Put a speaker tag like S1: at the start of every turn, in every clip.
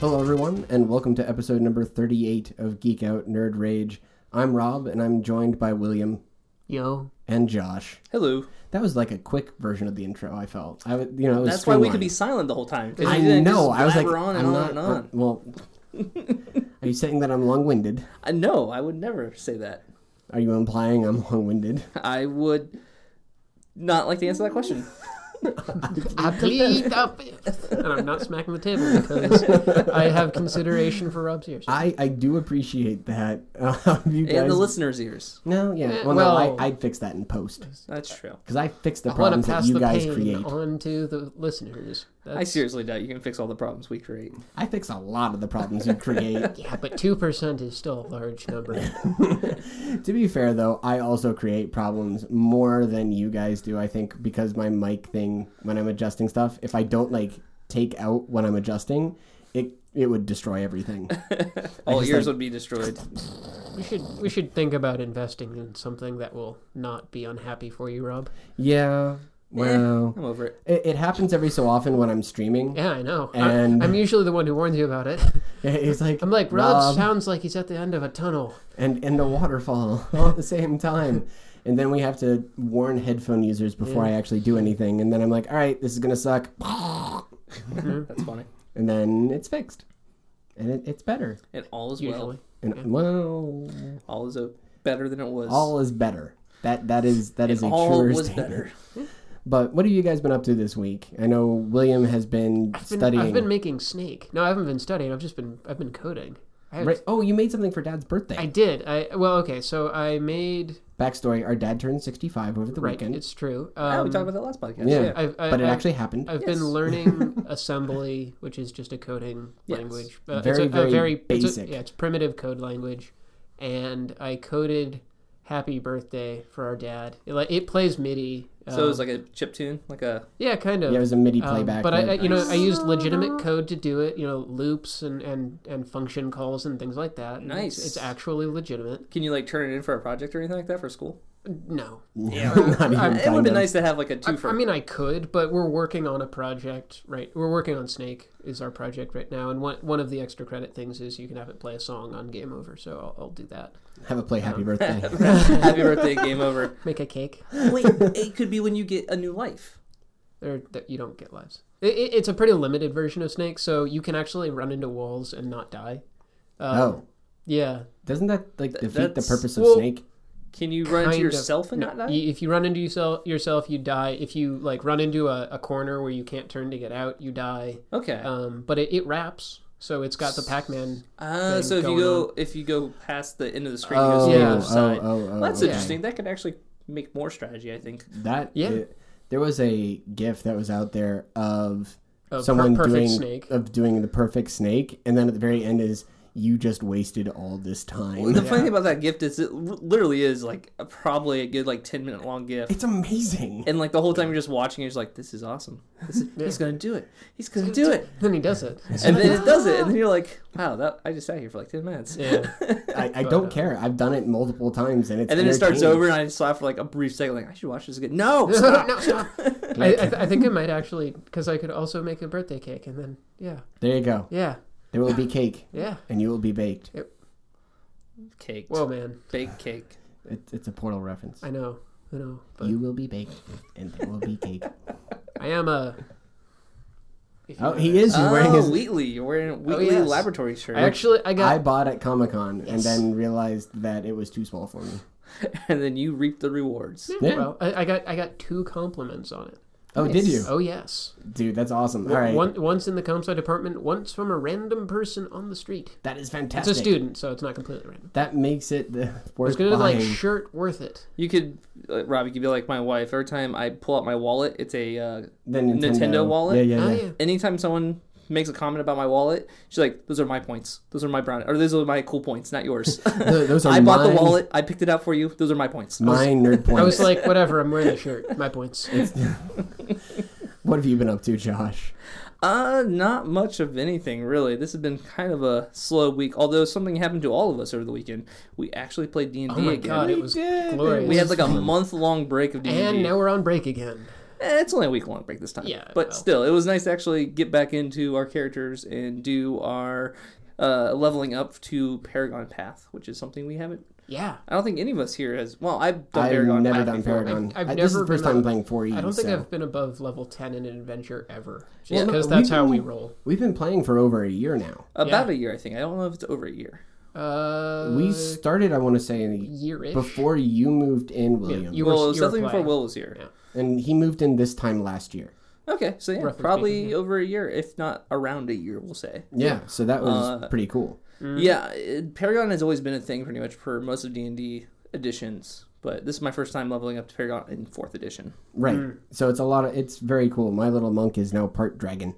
S1: Hello, everyone, and welcome to episode number 38 of Geek Out Nerd Rage. I'm Rob, and I'm joined by William
S2: Yo.
S1: and Josh.
S3: Hello.
S1: That was like a quick version of the intro, I felt. I would, you know, it was
S3: That's why we could be
S1: streamlined.
S3: silent the whole time. 'cause
S1: I
S3: you didn't
S1: know.
S3: just
S1: I was like,
S3: blabber on and
S1: I'm
S3: on
S1: not.
S3: and on.
S1: uh, well, are you saying that I'm long winded?
S3: I, no, I would never say that.
S1: Are you implying I'm long winded?
S3: I would not like to answer that question.
S2: I plead up. and I'm not smacking the table because I have consideration for Rob's ears.
S1: I, I do appreciate that. Uh, you guys.
S3: In the listener's ears.
S1: no, yeah.
S2: Eh,
S1: Well,
S2: well-
S1: no, I, I'd fix that in post.
S3: That's true.
S1: Because I fix the
S2: I want
S1: problems
S2: to
S1: that
S2: pass
S1: you
S2: the
S1: guys
S2: pain
S1: create.
S2: on to the listeners. That's,
S3: I seriously doubt you can fix all the problems we create.
S1: I fix a lot of the problems you create.
S2: Yeah, but 2% is still a large number.
S1: To be fair, though, I also create problems more than you guys do, I think, because my mic thing, when I'm adjusting stuff, if I don't like take out when I'm adjusting, it it would destroy everything.
S3: All
S1: just,
S3: ears
S1: like-
S3: would be destroyed.
S2: we should we should think about investing in something that will not be unhappy for you, Rob.
S1: yeah. Well,
S3: I'm over it.
S1: it, it happens every so often when I'm streaming.
S2: Yeah, I know.
S1: And-
S2: I, am usually the one who warns you about it.
S1: It's like
S2: I'm like, Rob
S1: Rob
S2: sounds like he's at the end of a tunnel.
S1: and and the waterfall all at the same time. And then we have to warn headphone users before I actually do anything. And then I'm like, all right, this is going to suck. Mm-hmm.
S3: That's funny.
S1: And then it's fixed. And it, it's better.
S3: And all is
S2: Usually.
S1: And well,
S3: well. All is uh, better than it was.
S1: all is better. That that is that is
S3: and
S1: a
S3: all
S1: truer
S3: was
S1: statement.
S3: better.
S1: But what have you guys been up to this week? I know William has been
S2: Been-
S1: studying.
S2: I've been making snake. No, I haven't been studying. I've just been I've been coding. I, have-
S1: Right- Oh, you made something for Dad's birthday.
S2: I did. I well, okay. So I made
S1: Backstory: Our dad turned sixty-five over the
S2: right.
S1: weekend.
S2: It's uh, true.
S3: Yeah, Oh, we
S2: Um,
S3: talked about that last podcast.
S1: yeah,
S3: yeah.
S2: I've, I,
S1: but it
S2: I've-
S1: actually happened.
S2: I've
S3: Yes.
S2: been learning assembly, which is just a coding
S3: Yes.
S2: language. Uh,
S1: Very,
S2: it's a,
S1: very
S2: a very it's a-
S1: basic.
S2: yeah, it's primitive code language, and I coded "Happy Birthday" for our dad. It, like it plays MIDI.
S3: So it was
S2: um,
S3: like a chip tune, like a
S2: yeah, kind of.
S1: yeah, it was a MIDI
S2: Um,
S1: playback.
S2: but I, I,
S1: like-
S2: you know, I used legitimate code to do it. You know, loops and and and function calls and things like that. And it's-
S3: Nice.
S2: It's, actually legitimate.
S3: Can you like turn it in for a project or anything like that for school? Uh,
S2: No,
S1: yeah,
S2: uh,
S1: not even
S3: It would
S1: kind
S3: have been
S1: of.
S3: nice to have like a
S2: I,
S3: two for.
S2: I mean I could, but we're working on a project. Right, we're working on Snake is our project right now, and one one of the extra credit things is you can have it play a song on Game Over. So I'll, I'll do that.
S1: Have a play. Happy birthday.
S3: Happy birthday, game over.
S2: Make a cake.
S3: Wait, it could be when you get a new life.
S2: There that you don't get lives. It, it, it's a pretty limited version of Snake, so you can actually run into walls and not die. Um,
S1: oh,
S2: yeah.
S1: doesn't that like defeat the
S3: that's-
S1: purpose of
S2: well-
S1: Snake?
S3: Can you run into
S2: Kind of.
S3: yourself and
S2: No,
S3: not die?
S2: you- if you run into yourself, yourself, you die. If you like run into a, a corner where you can't turn to get out, you die.
S3: Okay.
S2: Um, but it, it wraps, so it's got the Pac-Man.
S3: Ah,
S2: thing
S3: so if you
S2: going
S3: go if you go past the end of the screen,
S1: Oh,
S3: you go to the
S2: Yeah.
S3: other side.
S1: oh, oh, oh,
S3: Well, that's
S1: okay.
S3: interesting. That could actually make more strategy. I think.
S1: That
S2: Yeah.
S1: it- there was a GIF that was out there of
S2: Of
S1: someone
S2: per- perfect
S1: doing
S2: snake.
S1: of doing the perfect snake, and then at the very end is you just wasted all this time.
S3: The funny thing about that gift is it r- literally is like a, probably a good like ten minute long gift.
S1: It's amazing.
S3: And like the whole time you're just watching, it, you're just like, "This is awesome. This is, He's gonna do it. He's gonna do it."
S2: Then he does it.
S3: And then it does it, and then you're like, "Wow, that I just sat here for like ten minutes."
S2: Yeah.
S1: I, I
S2: uh,
S1: don't care. I've done it multiple times, and it's
S3: And then it starts
S1: entertaining.
S3: over, and I just laugh for like a brief second, like, "I should watch this again." No, stop.
S2: no, stop. I, I, th- I think I might actually, because I could also make a birthday cake, and then yeah,
S1: There you go.
S2: yeah,
S1: There will be cake,
S2: yeah.
S1: and you will be baked.
S3: cake,
S2: Whoa, man,
S3: baked cake.
S1: It, it's a portal reference.
S2: I know, I know, but
S1: You will be baked, and there will be cake.
S2: I am a. if you
S1: Oh,
S2: know
S1: he
S2: that.
S1: is
S3: oh,
S1: wearing his.
S3: Wheatley. You're wearing a Wheatley
S2: Oh, yes.
S3: laboratory shirt.
S2: I actually, I got.
S1: I bought at Comic Con and
S2: Yes.
S1: then realized that it was too small for me.
S3: and then you reap the rewards.
S1: Yeah.
S2: Well, I, I got I got two compliments on it.
S1: Oh, did you,
S2: Oh yes,
S1: dude? That's awesome. All right,
S2: One, once in the comp sci department, once from a random person on the street.
S1: that is
S2: It's
S1: fantastic.
S2: a student, so it's not completely random.
S1: That makes it the
S2: It's
S1: worth
S2: gonna like
S1: buying.
S2: shirt worth it.
S3: You could, uh, Rob, you could be like my wife. Every time I pull out my wallet, it's a. Uh,
S1: the Nintendo,
S3: Nintendo wallet?
S1: Yeah, yeah,
S2: Oh
S1: yeah.
S2: yeah.
S3: anytime someone makes a comment about my wallet, she's like, "Those are my points. Those are my brown, or those are my cool points, not yours."
S1: Th- Those are
S3: I bought the
S1: mine-
S3: wallet. I picked it out for you. Those are my points.
S1: My nerd points.
S2: I was like, whatever. I'm wearing the shirt. My points.
S1: what have you been up to, Josh?
S3: Uh, not much of anything really. This has been kind of a slow week. Although something happened to all of us over the weekend. We actually played D and
S2: Oh
S3: D
S2: my
S3: again.
S2: god, it was
S1: did.
S2: glorious.
S3: We had like a month long break of D
S2: and
S3: and D.
S2: now we're on break again.
S3: Eh, it's only a week long break this time.
S2: Yeah,
S3: But
S2: well.
S3: still, it was nice to actually get back into our characters and do our uh, leveling up to Paragon Path, which is something we haven't.
S2: Yeah.
S3: I don't think any of us here has. Well, I've done
S1: I've
S3: Paragon
S1: never
S3: Path
S1: done
S3: before.
S1: Paragon.
S2: I've- I've
S1: I- this is
S2: never
S1: the first
S2: been
S1: time
S2: on-
S1: playing 4E.
S2: I don't think
S1: so.
S2: I've been above level 10 in an adventure ever. Just
S1: Well, no,
S2: because
S1: we've
S2: that's how
S1: been-
S2: we roll.
S1: We've been playing for over a year now.
S3: About
S2: Yeah.
S3: a year, I think. I don't know if it's over a year.
S2: Uh,
S1: we started, I want to say, in-
S2: year-ish.
S1: before you moved in, William,
S2: you- were-
S3: Well, it was
S2: were
S3: definitely before
S2: playing.
S3: Will was here.
S2: Yeah.
S1: and he moved in this time last year.
S3: Okay, so yeah,
S2: Roughly
S3: probably
S2: speaking, yeah.
S3: over a year, if not around a year, we'll say.
S1: Yeah, so that was
S3: Uh,
S1: pretty cool.
S2: Mm-hmm.
S3: Yeah, it, Paragon has always been a thing pretty much for most of D and D editions, but this is my first time leveling up to Paragon in fourth edition.
S1: Right.
S2: mm.
S1: So it's a lot of it's very cool. My little monk is now part dragon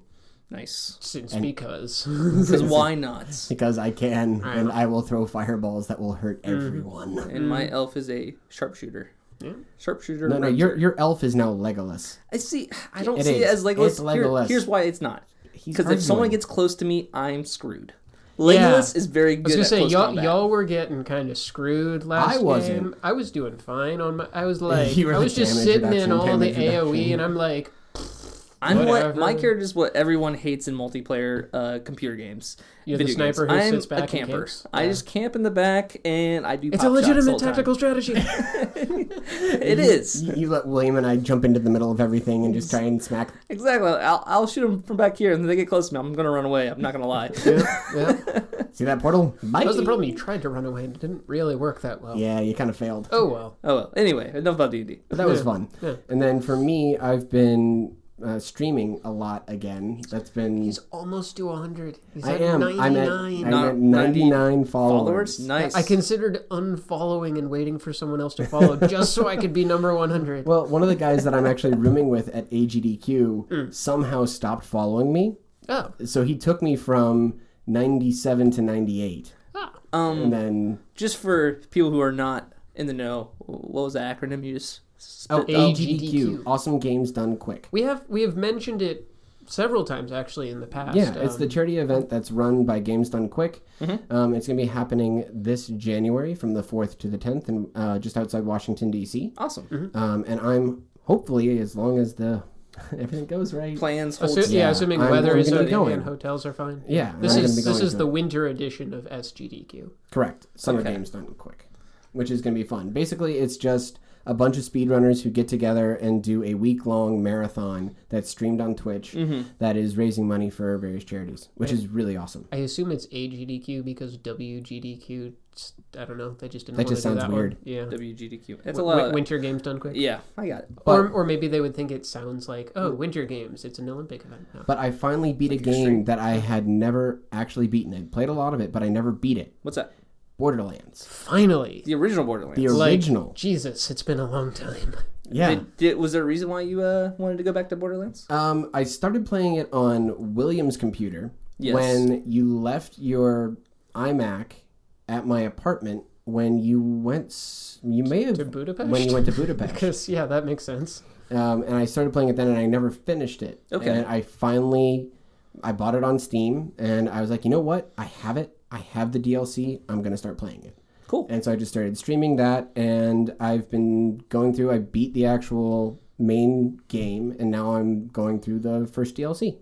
S3: Nice,
S2: Since
S1: And-
S2: because.
S3: because why not?
S1: because I can
S2: I Mm-hmm.
S1: and I will throw fireballs that will hurt everyone.
S3: And
S2: Mm.
S3: my elf is a sharpshooter.
S2: Yeah.
S3: Sharpshooter.
S1: No, no,
S3: ranger.
S1: your your elf is now Legolas.
S3: I see. I don't
S1: It
S3: see it
S1: is.
S3: as Legolas.
S1: It's
S3: Here-
S1: Legolas.
S3: here's why it's not.
S1: He's
S3: Because if someone
S1: arguing.
S3: gets close to me, I'm screwed.
S2: Yeah.
S3: Legolas is very
S2: I was
S3: good
S2: gonna
S3: at
S2: say
S3: close
S2: y'all,
S3: combat.
S2: y'all were getting kind of screwed last
S1: I wasn't.
S2: game. I was doing fine on my. I was like,
S1: You were
S2: I
S1: like
S2: was just
S1: damage
S2: sitting in
S1: reduction,
S2: all the
S1: damage
S2: AOE,
S1: reduction.
S2: and I'm like,
S3: I'm what
S2: Whatever.
S3: my character is what everyone hates in multiplayer uh, computer games.
S2: You're the
S3: video
S2: sniper
S3: games.
S2: who
S3: I'm
S2: sits back
S3: a
S2: and
S3: camper.
S2: camps.
S3: I
S2: Yeah.
S3: just camp in the back and I do.
S2: it's
S3: pop
S2: a
S3: shots all
S2: legitimate
S3: the time.
S2: tactical strategy.
S3: It is
S1: You, you let William and I jump into the middle of everything and just try and smack.
S3: exactly. I'll, I'll shoot them from back here, and then they get close to me. I'm gonna run away. I'm not gonna lie.
S2: yeah, yeah. That
S1: See that portal? Bye.
S2: was the problem. You tried to run away, and it didn't really work that well.
S1: Yeah, you kind of failed.
S2: Oh well.
S3: oh well. Anyway, enough about D and D.
S1: But that was
S2: Yeah.
S1: fun.
S2: Yeah.
S1: And then for me, I've been uh, streaming a lot again. That's been
S2: He's almost to 100. He's
S1: I
S2: at
S1: am. I'm at,
S2: 99.
S1: I'm
S3: Not-
S1: at 99 followers.
S3: Followers, nice.
S2: I considered unfollowing and waiting for someone else to follow just so I could be number 100.
S1: Well, one of the guys that I'm actually rooming with at AGDQ
S2: Hmm.
S1: somehow stopped following me.
S2: Oh,
S1: So he took me from 97 to 98.
S2: ah.
S3: Um,
S1: And then
S3: Just for people who are not in the know, what was the acronym you just?
S1: oh,
S3: spit out?
S1: AGDQ, awesome games done quick.
S2: we have we have mentioned it several times actually in the past.
S1: Yeah, it's
S2: um,
S1: the charity event that's run by Games Done Quick. Um, it's going to be happening this January from the 4th to the 10th, and uh, just outside Washington D.C.
S3: awesome.
S1: Um, and I'm hopefully, as long as the everything goes right,
S3: Plans.
S2: Assu-
S3: Holds
S2: yeah,
S1: Yeah,
S2: assuming
S1: I'm-
S2: weather
S1: I'm
S2: is
S1: gonna be
S2: okay
S1: going.
S2: and hotels are fine.
S1: Yeah, and
S2: this
S1: I'm
S2: is
S1: gonna be
S2: this
S1: going
S2: is
S1: to
S2: the
S1: it.
S2: winter edition of SGDQ.
S1: Correct. Summer
S3: Okay.
S1: games done quick, which is going to be fun. Basically, it's just a bunch of speedrunners who get together and do a week long marathon that's streamed on Twitch
S3: Mm-hmm.
S1: that is raising money for various charities, which is really awesome.
S2: I assume it's AGDQ because WGDQ. s- I don't know. They just didn't.
S1: That
S2: want
S1: just
S2: to do
S1: sounds
S2: that
S1: weird.
S2: One. Yeah.
S3: WGDQ. That's a
S2: W-
S3: lot.
S2: wi-
S3: of-
S2: winter games done quick.
S3: yeah, I got it.
S2: Or, or maybe they would think it sounds like oh
S3: Mm.
S2: winter games. It's an Olympic event. No.
S1: But I finally beat a
S3: your
S1: game that I had never actually beaten. I played a lot of it, but I never beat it.
S3: What's that?
S1: Borderlands,
S2: Finally,
S3: The original Borderlands.
S1: the
S2: Like-
S1: original.
S2: Jesus, it's been a long time.
S1: yeah.
S3: Did, did, was there a reason why you uh, wanted to go back to Borderlands?
S1: Um, I started playing it on William's computer
S3: Yes.
S1: when you left your iMac at my apartment when you went. s- You may have
S2: To Budapest?
S1: when you went to Budapest.
S2: Because yeah, that makes sense.
S1: um, and I started playing it then, and I never finished it.
S3: Okay.
S1: And I finally, I bought it on Steam, and I was like, you know what? I have it. I have the DLC. I'm gonna start playing it.
S3: Cool.
S1: And so I just started streaming that, and I've been going through. I beat the actual main game, and now I'm going through the first DLC.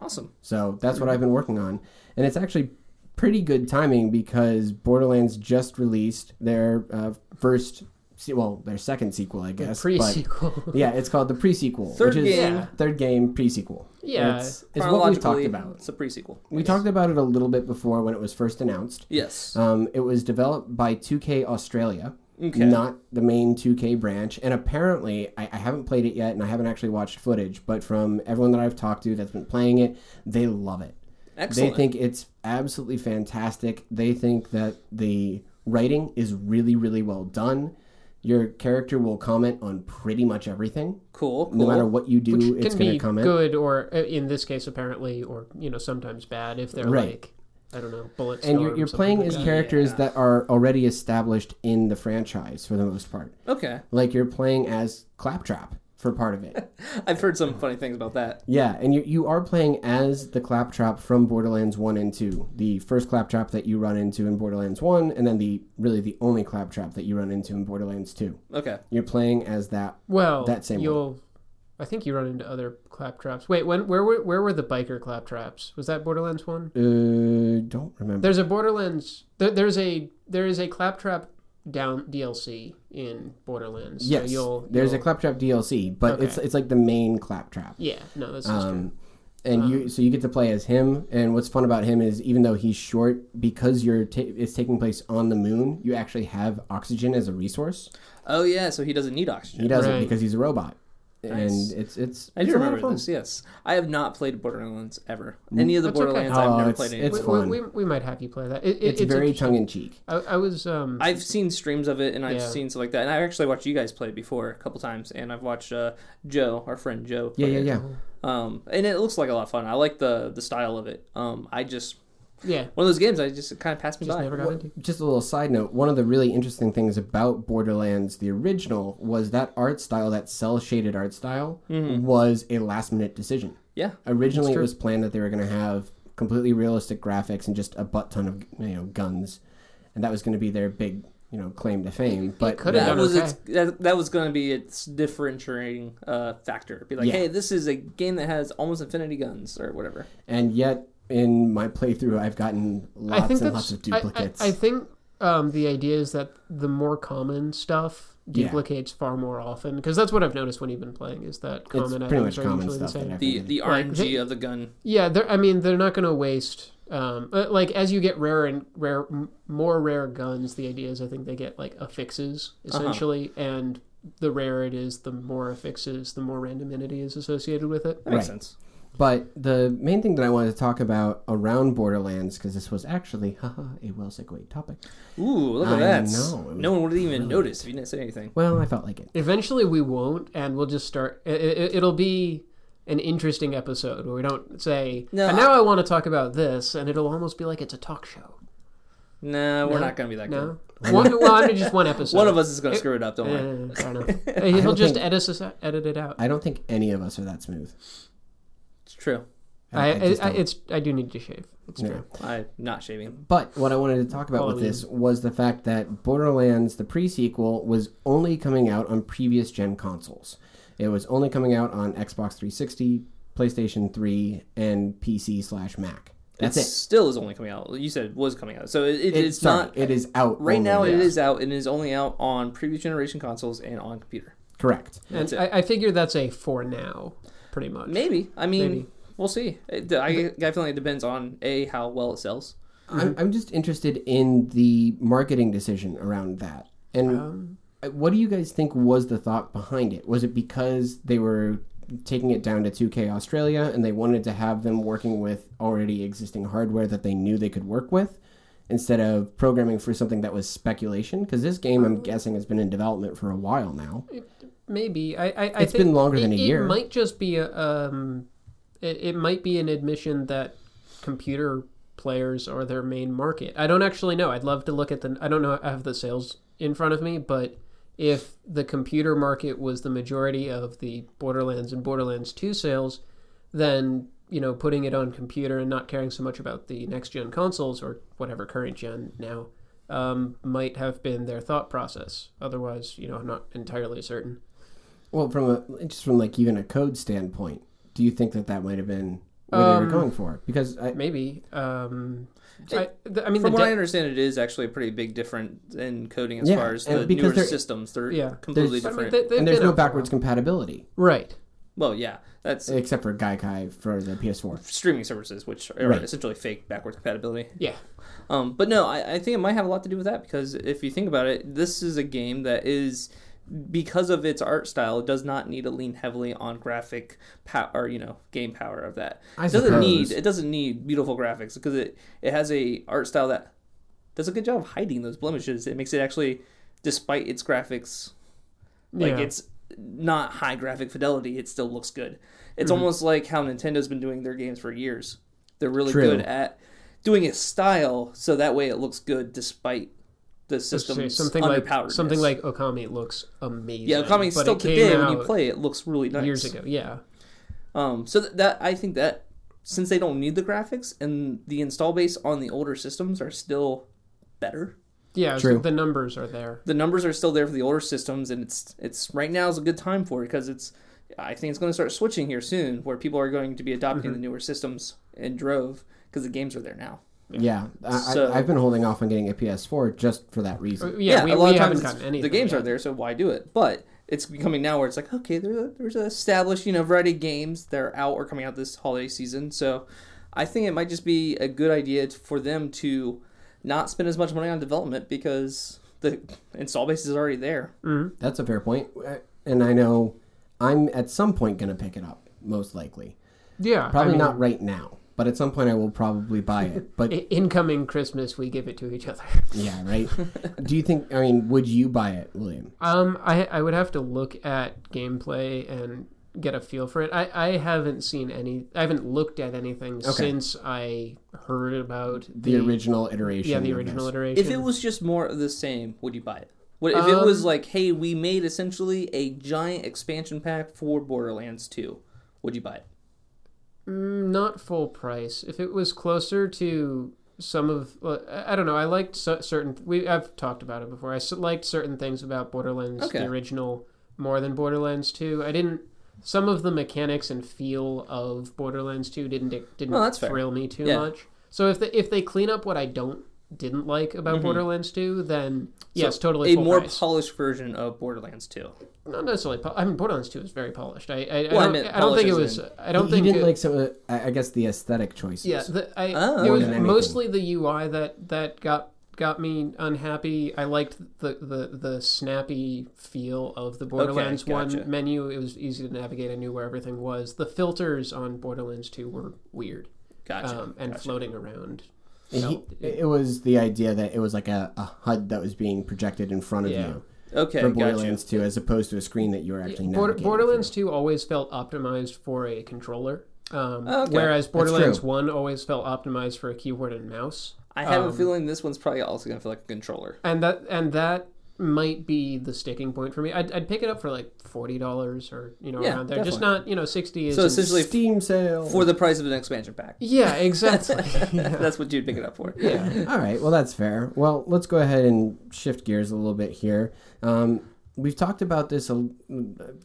S3: Awesome.
S1: So that's what I've been working on. And it's actually pretty good timing because Borderlands just released their uh, first, se- well, their second sequel, I guess.
S2: Pre
S1: but-
S2: sequel.
S1: Yeah, it's called the pre sequel.
S3: Third
S1: which is
S3: game.
S1: Third game, pre sequel.
S2: Yeah.
S1: It's, it's what we've talked
S3: Chronologically,
S1: about.
S3: It's a prequel.
S1: We talked about it a little bit before when it was first announced.
S3: Yes.
S1: Um, it was developed by 2K Australia,
S3: Okay.
S1: not the main 2K branch. And apparently, I, I haven't played it yet and I haven't actually watched footage, but from everyone that I've talked to that's been playing it, they love it.
S3: Excellent.
S1: They think it's absolutely fantastic. They think that the writing is really, really well done. Your character will comment on pretty much everything.
S3: cool. Cool.
S1: No matter what you do,
S2: Which
S1: it's
S2: can
S1: going to
S2: be
S1: comment.
S2: good or, uh, in this case, apparently, or you know, sometimes bad if they're
S1: Right.
S2: like, I don't know, bullets.
S1: And you're, you're playing as characters that are already established in the franchise for the most part.
S3: Okay.
S1: Like you're playing as Claptrap for part of it.
S3: I've heard some funny things about that.
S1: Yeah, and you, you are playing as the Claptrap from Borderlands 1 and 2. The first Claptrap that you run into in Borderlands 1, and then the really the only Claptrap that you run into in Borderlands 2.
S3: Okay.
S1: You're playing as that.
S2: well,
S1: that same one.
S2: you'll I think you run into other claptraps. Wait, when where were where were the biker claptraps? Was that Borderlands one?
S1: Uh, don't remember.
S2: There's a Borderlands. There, there's a there is a claptrap down DLC in Borderlands. So
S1: yes,
S2: you'll,
S1: there's
S2: you'll-
S1: a claptrap DLC, but
S2: Okay.
S1: it's it's like the main claptrap.
S2: yeah. No, that's just true.
S1: Um, and you so you get to play as him. And what's fun about him is even though he's short, because you're ta- it's taking place on the moon, you actually have oxygen as a resource.
S3: Oh yeah, so he doesn't need
S1: He
S3: oxygen.
S1: doesn't
S2: Right.
S1: because he's a robot.
S3: Nice.
S1: And it's it's
S3: I do
S1: it's a lot of
S3: remember
S1: fun.
S3: this. Yes, I have not played Borderlands ever. Any of the
S2: That's okay.
S3: Borderlands,
S1: Oh,
S3: I've never
S1: it's-
S3: played any.
S1: it's
S2: We,
S3: of.
S2: we,
S1: fun.
S2: we, we might have you play that. It,
S1: It's,
S2: it,
S1: very
S2: interesting.
S1: tongue in cheek.
S2: I, I was um
S3: I've seen streams of it, and I've
S2: Yeah.
S3: seen stuff like that. And I actually watched you guys play it before a couple times, and I've watched uh, Joe, our friend Joe.
S1: Yeah,
S3: play
S1: yeah,
S3: it.
S1: yeah.
S3: Um, and it looks like a lot of fun. I like the the style of it. Um, I just
S2: yeah
S3: one of those games. I just it kind of passed me
S2: just
S3: by.
S2: never got
S1: What-
S2: into.
S1: just a little side note one of the really interesting things about borderlands the original was that art style that cell shaded art style was a last minute decision
S3: Yeah,
S1: originally it
S2: Mm-hmm. true.
S1: was planned that they were going to have completely realistic graphics and just a butt ton of you know guns and that was going to be their big you know claim to fame but
S2: could Could've
S3: that
S2: done
S3: was
S2: okay.
S3: its, that, that was going to be its differentiating uh, factor. Be like,
S1: Yeah.
S3: hey, this is a game that has almost infinity guns or whatever.
S1: and yet in my playthrough i've gotten
S2: I
S1: lots
S2: think
S1: and lots
S2: that's
S1: of
S2: I- I-
S1: duplicates
S2: I, think um the idea is that the more common stuff
S1: Yeah.
S2: duplicates far more often because that's what I've noticed when you've been playing is that common
S1: pretty
S2: items
S1: much
S2: are
S1: common
S2: usually
S1: stuff
S2: the
S1: that
S2: same.
S1: I've-
S3: The the
S2: Like,
S3: RNG of the gun.
S2: Yeah, they're, I mean, they're not going to waste. Um, uh, like as you get rare and rare, m- more rare guns, the idea is I think they get like affixes
S1: Uh-huh.
S2: essentially, and the rarer it is, the more affixes, the more randomity is associated with it.
S3: That makes
S1: Right.
S3: sense.
S1: But the main thing that I wanted to talk about around Borderlands, because this was actually haha, a well segued topic.
S3: Ooh, look
S1: I
S3: at that.
S1: know, it
S3: No one would even notice if you didn't say anything.
S1: Well, I felt like it.
S2: Eventually, we won't, and we'll just start. It, it, it'll be an interesting episode where we don't say,
S3: No,
S2: and now I, want to talk about this, and it'll almost be like it's a talk show.
S3: No, we're not going to be that
S2: No, one, well, I mean, just one
S3: good.
S2: episode.
S3: One of us is going to screw it up, don't worry.
S2: Yeah, fair enough. He'll just edit us edit it out.
S1: I don't think any of us are that smooth.
S3: It's true.
S2: I, I,
S1: just
S2: I,
S1: don't.
S2: it's I do need to shave. It's true.
S3: I'm not shaving.
S1: But what I wanted to talk about with this was the fact that Borderlands, the pre sequel, was only coming out on previous gen consoles. It was only coming out on Xbox 360, PlayStation 3, and PC slash Mac. That's
S3: it.
S1: it.
S3: Still is only coming out. You said was coming out. So it, it-
S1: It-
S3: it's
S1: sorry,
S3: not.
S1: It is out
S3: Right
S1: only.
S3: now, it
S1: Yeah.
S3: is out and is only out on previous generation consoles and on computer.
S1: correct.
S2: And
S3: That's it.
S2: I, I figure that's a for now, pretty much.
S3: Maybe. I mean,
S2: Maybe.
S3: we'll see. It, I, I feel like it depends on a how well it sells. Uh-huh.
S1: I'm, I'm just interested in the marketing decision around that. And
S3: Uh-huh.
S2: Um,
S1: what do you guys think was the thought behind it? Was it because they were taking it down to 2K Australia and they wanted to have them working with already existing hardware that they knew they could work with instead of programming for something that was speculation? Because this game, I'm guessing, has been in development for a while now.
S2: Maybe. I, I, I
S1: It's
S2: think
S1: been longer than
S2: it-
S1: a year.
S2: It might just be a, um, it, it might be an admission that computer players are their main market. I don't actually know. I'd love to look at the. I don't know. I have the sales in front of me, but if the computer market was the majority of the Borderlands and Borderlands Two sales, then you know putting it on computer and not caring so much about the next gen consoles or whatever current gen now um, might have been their thought process. Otherwise, you know, I'm not entirely certain.
S1: Well, from a just from like even a code standpoint, do you think that that might have been what they
S2: Um,
S1: were going for? Because I,
S2: Maybe. Um, I, th- I mean, the
S3: From what I
S2: de-
S3: understand, it is actually a pretty big difference in coding as
S1: Yeah,
S3: far as
S1: and
S3: the
S1: because
S3: newer
S1: they're-
S3: systems. They're
S2: Yeah.
S3: completely
S1: There's-
S2: I mean,
S3: different.
S2: they- they've
S1: and there's
S2: been
S1: no
S2: out for a
S1: backwards compatibility
S2: while. Right.
S3: well, yeah, that's
S1: except for Gaikai for the PS4.
S3: streaming services, which are
S1: Right.
S3: essentially fake backwards compatibility.
S2: Yeah.
S3: Um, but no, I, I think it might have a lot to do with that because if you think about it, this is a game that is because of its art style does not need to lean heavily on graphic power or you know game power of that.
S1: I
S3: it doesn't need
S1: suppose.
S3: it doesn't need beautiful graphics because it it has a art style that does a good job of hiding those blemishes. It makes it actually, despite its graphics, like
S2: yeah.
S3: it's not high graphic fidelity, it still looks good. It's
S2: Mm-hmm.
S3: almost like how Nintendo's been doing their games for years. They're really
S1: True.
S3: good at doing a style so that way it looks good despite the
S2: Let's say
S3: system's
S2: something like
S3: underpoweredness.
S2: something like Okami looks amazing.
S3: yeah, coming
S2: but
S3: still
S2: it came
S3: today when you
S2: out
S3: play it looks really nice.
S2: years ago. Yeah.
S3: Um, so th- that I think that since they don't need the graphics and the install base on the older systems are still better.
S2: Yeah. so
S1: True.
S2: the numbers are there.
S3: the numbers are still there for the older systems, and it's it's right now is a good time for it because it's I think it's going to start switching here soon, where people are going to be adopting
S2: Mm-hmm.
S3: the newer systems in Drove because the games are there now.
S1: Yeah, I,
S3: So-
S1: I, I've been holding off on getting a PS4 just for that reason.
S2: yeah, we,
S3: a lot
S2: we
S3: of
S2: haven't
S3: times
S2: gotten
S3: it's-
S2: any.
S3: the games
S2: yet.
S3: are there, so why do it? But it's becoming now where it's like, okay, there's a, there's an established, you know, variety of games that are out or coming out this holiday season. So I think it might just be a good idea t- for them to not spend as much money on development because the install base is already there.
S1: That's a fair point, Uh, and I know I'm at some point going to pick it up, most likely.
S2: Yeah,
S1: Probably
S2: I mean,
S1: not right now, but at some point I will probably buy it. But
S2: i- Incoming Christmas, we give it to each other.
S1: yeah, right. Do you think? I mean, would you buy it, William?
S2: Um, I I would have to look at gameplay and get a feel for it. I I haven't seen any. I haven't looked at anything since I heard about
S1: The, original iteration.
S2: Yeah, the
S1: of
S2: original
S1: this.
S2: iteration.
S3: If it was just more of the same, would you buy it? What, if it
S2: Um,
S3: was like, hey, we made essentially a giant expansion pack for Borderlands 2, would you buy it?
S2: Mm, not full price. If it was closer to some of, well, I I don't know. I liked cer- certain. We I've talked about it before. I s- liked certain things about Borderlands,
S3: Okay.
S2: the original, more than Borderlands Two. I didn't. Some of the mechanics and feel of Borderlands Two didn't didn't
S3: Oh, that's fair.
S2: thrill me too
S3: Yeah.
S2: much. So if they, if they clean up what I don't didn't like about Borderlands Two, then yes, totally
S3: Mm-hmm. a
S2: full
S3: more
S2: price.
S3: polished version of Borderlands 2.
S2: Not necessarily. Po- I mean, Borderlands Two is very polished. I I, I
S3: Well, I
S2: don't,
S3: meant
S2: I don't think it
S3: polished
S2: was. I don't
S1: He-
S2: think
S1: he didn't
S2: it-
S1: like some. Of the, I I guess the aesthetic choices.
S2: Yeah, the, I,
S3: Oh,
S2: it
S3: More
S2: was
S1: than anything.
S2: mostly the UI that that got got me unhappy. I liked the the, the snappy feel of the Borderlands
S3: gotcha.
S2: one menu. It was easy to navigate. I knew where everything was. The filters on Borderlands two were weird
S3: Gotcha.
S2: um, and floating around.
S1: And
S2: So,
S1: he- it was the idea that it was like a, a HUD that was being projected in front of
S2: Yeah.
S1: you
S3: okay,
S1: for
S3: gotcha.
S1: Borderlands 2, as opposed to a screen that you were actually
S2: Border,
S1: navigating
S2: Borderlands two always felt optimized for a controller. Um,
S3: Oh, okay.
S2: Whereas
S1: true.
S2: Borderlands one always felt optimized for a keyboard and mouse.
S3: I have a
S2: Um,
S3: feeling this one's probably also gonna feel like a controller.
S2: and that and that might be the sticking point for me. I'd, I'd pick it up for like forty dollars or you know
S3: Yeah,
S2: around there, just
S3: definitely.
S2: not you know sixty is
S3: So
S2: an-
S1: through.
S3: essentially,
S1: Steam sale.
S3: for the price of an expansion pack,
S2: yeah exactly. yeah.
S3: that's what you'd pick it up for.
S2: Yeah.
S1: All right, well that's fair. Well, let's go ahead and shift gears a little bit here. Um, we've talked about this a,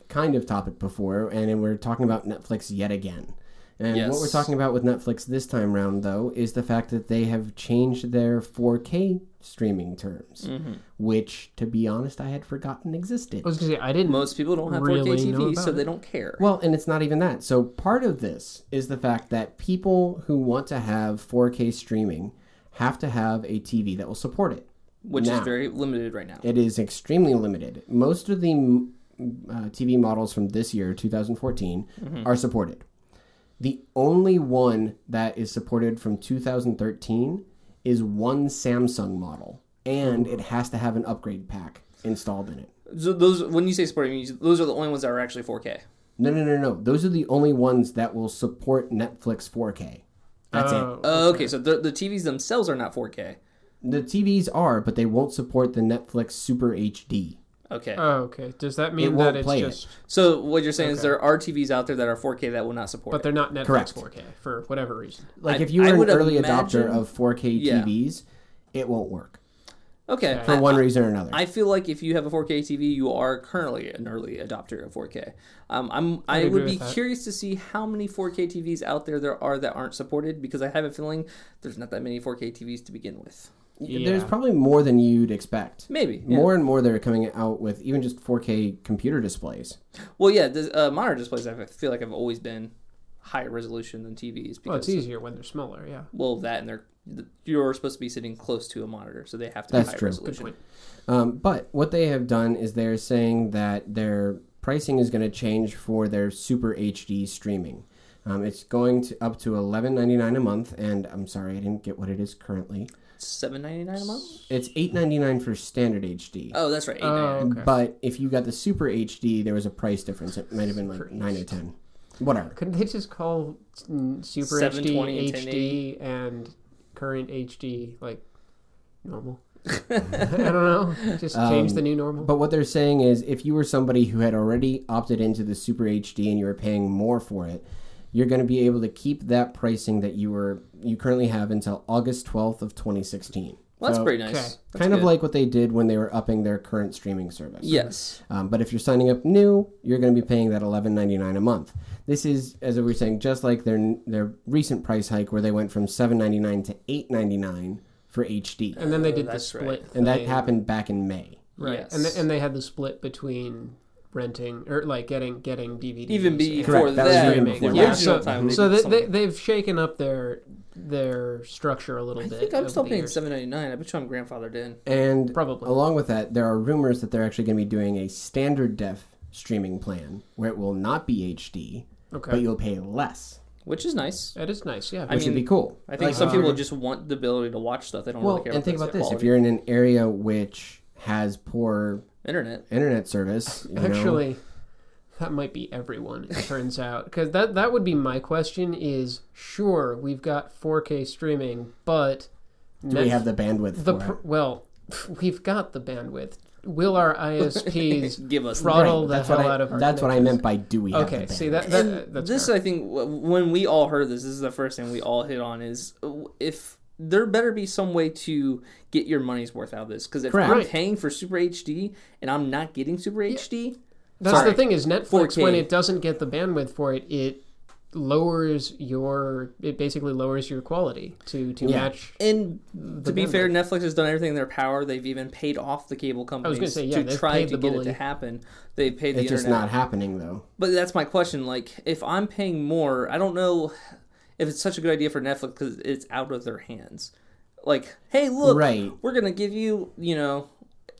S1: kind of topic before, and we're talking about Netflix yet again. And what we're
S3: Yes.
S1: talking about with Netflix this time round, though, is the fact that they have changed their 4K streaming terms,
S3: Mm-hmm.
S1: which, to be honest, I had forgotten existed.
S2: I was gonna say I didn't.
S3: Most people don't have
S2: Really
S3: 4K
S2: know
S3: TVs,
S2: about
S3: so they
S2: it.
S3: don't care.
S1: Well, and it's not even that. So part of this is the fact that people who want to have 4K streaming have to have a TV that will support it.
S3: which
S1: now.
S3: is very limited right now.
S1: It is extremely limited. Most of the mm, uh, TV models from this year, 2014, are supported. The only one that is supported from 2013 is one Samsung model, and it has to have an upgrade pack installed in it.
S3: So those, when you say sporting, you- those are the only ones that are actually 4K.
S1: No, no, no, no. Those are the only ones that will support Netflix 4K. That's it.
S2: Oh,
S3: Uh, okay, so the, the TVs themselves are not 4K.
S1: The TVs are, but they won't support the Netflix Super HD.
S3: Okay,
S2: oh, okay. Does that
S1: It
S2: mean
S1: won't
S2: that it's
S1: play it.
S2: just
S3: so what you're saying is there are TVs out there that are 4K that will not support.
S2: but
S3: it.
S2: they're not Netflix
S1: Correct.
S2: 4K for whatever reason?
S1: Like
S3: I-
S1: if you
S3: I
S1: were an
S3: would
S1: early
S3: imagine-
S1: adopter of 4K
S3: Yeah.
S1: TVs, it won't work.
S3: Okay,
S1: for
S3: I-
S1: one reason or another.
S3: I feel like if you have a 4K TV, you are currently an early adopter of 4K. Um, I'm I
S2: agree
S3: would
S2: with
S3: be
S2: that.
S3: curious to see how many 4K TVs out there there are that aren't supported because I have a feeling there's not that many 4K TVs to begin with.
S1: There's
S2: Yeah.
S1: probably more than you'd expect.
S3: Maybe yeah.
S1: More and more they're coming out with even just 4K computer displays.
S3: Well, yeah, the, uh, monitor displays I feel like have always been higher resolution than TVs because
S2: Well, it's easier when they're smaller. Yeah.
S3: well that and they're you're supposed to be sitting close to a monitor, so they have to
S1: That's
S3: be high
S1: true.
S2: Good
S3: resolution.
S2: point.
S1: Um, but what they have done is they're saying that their pricing is going to change for their Super HD streaming. Um, it's going to up to 11.99 a month, and I'm sorry I didn't get what it is currently.
S3: Seven ninety nine a month.
S1: It's 8.99 for standard HD.
S3: Oh, that's right.
S2: Oh,
S3: 8.99.
S2: okay.
S1: But if you got the Super HD, there was a price difference. It might have been like nine or ten, whatever.
S2: Couldn't they just call mm, Super
S3: 720
S2: HD,
S3: and
S2: HD, and current HD like normal? I don't know. Just change the new normal.
S1: But what they're saying is, if you were somebody who had already opted into the Super HD and you were paying more for it, you're going to be able to keep that pricing that you were you currently have until August 12th of 2016.
S3: Well, that's
S1: So-
S3: pretty nice.
S2: Okay.
S3: That's
S1: kind of
S3: good.
S1: like what they did when they were upping their current streaming service.
S3: yes.
S1: Um, but if you're signing up new, you're going to be paying that $11.99 a month. This is, as we were saying, just like their their recent price hike where they went from $7.99 to $8.99 for HD,
S2: and then they
S3: Oh,
S2: did the
S3: that's
S2: split,
S3: right.
S1: and that
S2: thing.
S1: happened back in May.
S2: right?
S3: Yes.
S2: And they, and they had the split between renting or like getting getting DVDs.
S3: Even before
S1: Correct, that was
S3: that,
S1: even
S3: the
S1: before
S3: original
S1: that.
S2: so,
S3: time.
S2: So
S3: did
S2: they, they
S3: something-
S2: they've shaken up their their structure a little
S3: I
S2: bit.
S3: think I'm
S2: over
S3: still
S2: the
S3: paying
S2: years.
S3: seven ninety nine. I bet you I'm grandfathered in.
S1: And
S2: Probably.
S1: along with that, there are rumors that they're actually going to be doing a standard def streaming plan where it will not be HD, but
S2: Okay,
S1: you'll pay less,
S3: Which is nice.
S2: that is nice. Yeah,
S3: I
S1: which
S3: mean,
S1: would be cool.
S3: I think
S1: Like,
S3: some
S1: if
S3: people
S1: you're-
S3: just want the ability to watch stuff. They don't
S1: well,
S3: really care
S1: and think
S3: about
S1: about
S3: the
S1: this: if
S3: quality.
S1: you're in an area which has poor
S3: internet.
S1: internet service, you know,
S2: actually, that might be everyone. It turns out because that that would be my question. Is sure we've got 4K streaming, but
S1: do we have the bandwidth
S2: the
S1: for
S2: pr-
S1: it?
S2: well, we've got the bandwidth. Will our ISPs
S3: Give us
S2: Right. throttle the
S1: that's what
S2: hell
S1: I,
S2: out of our
S1: That's what I meant by do we?
S2: Okay,
S1: have the
S2: see
S1: bandwidth?
S2: that, that
S3: And
S2: that's
S3: this,
S2: fair.
S3: I think, w- when we all heard this, this is the first thing we all hit on is uh, if there better be some way to get your money's worth out of this. Because if
S1: Correct.
S3: I'm
S2: Right.
S3: paying for Super HD and I'm not getting Super HD,
S2: that's
S3: Sorry.
S2: the thing is Netflix
S3: 4K.
S2: when it doesn't get the bandwidth for it, it lowers your it basically lowers your quality to to
S1: Yeah.
S2: match.
S3: and to be
S2: bandwidth.
S3: fair, Netflix has done everything in their power. They've even paid off the cable companies
S2: say, yeah,
S3: to
S2: they've
S3: try
S2: paid
S3: to
S2: the
S3: get it
S2: bully.
S3: to happen. They've paid the
S1: It's just
S3: internet.
S1: not happening though.
S3: But that's my question. Like, if I'm paying more, I don't know if it's such a good idea for Netflix because it's out of their hands. Like, hey, look,
S1: Right.
S3: we're gonna give you, you know,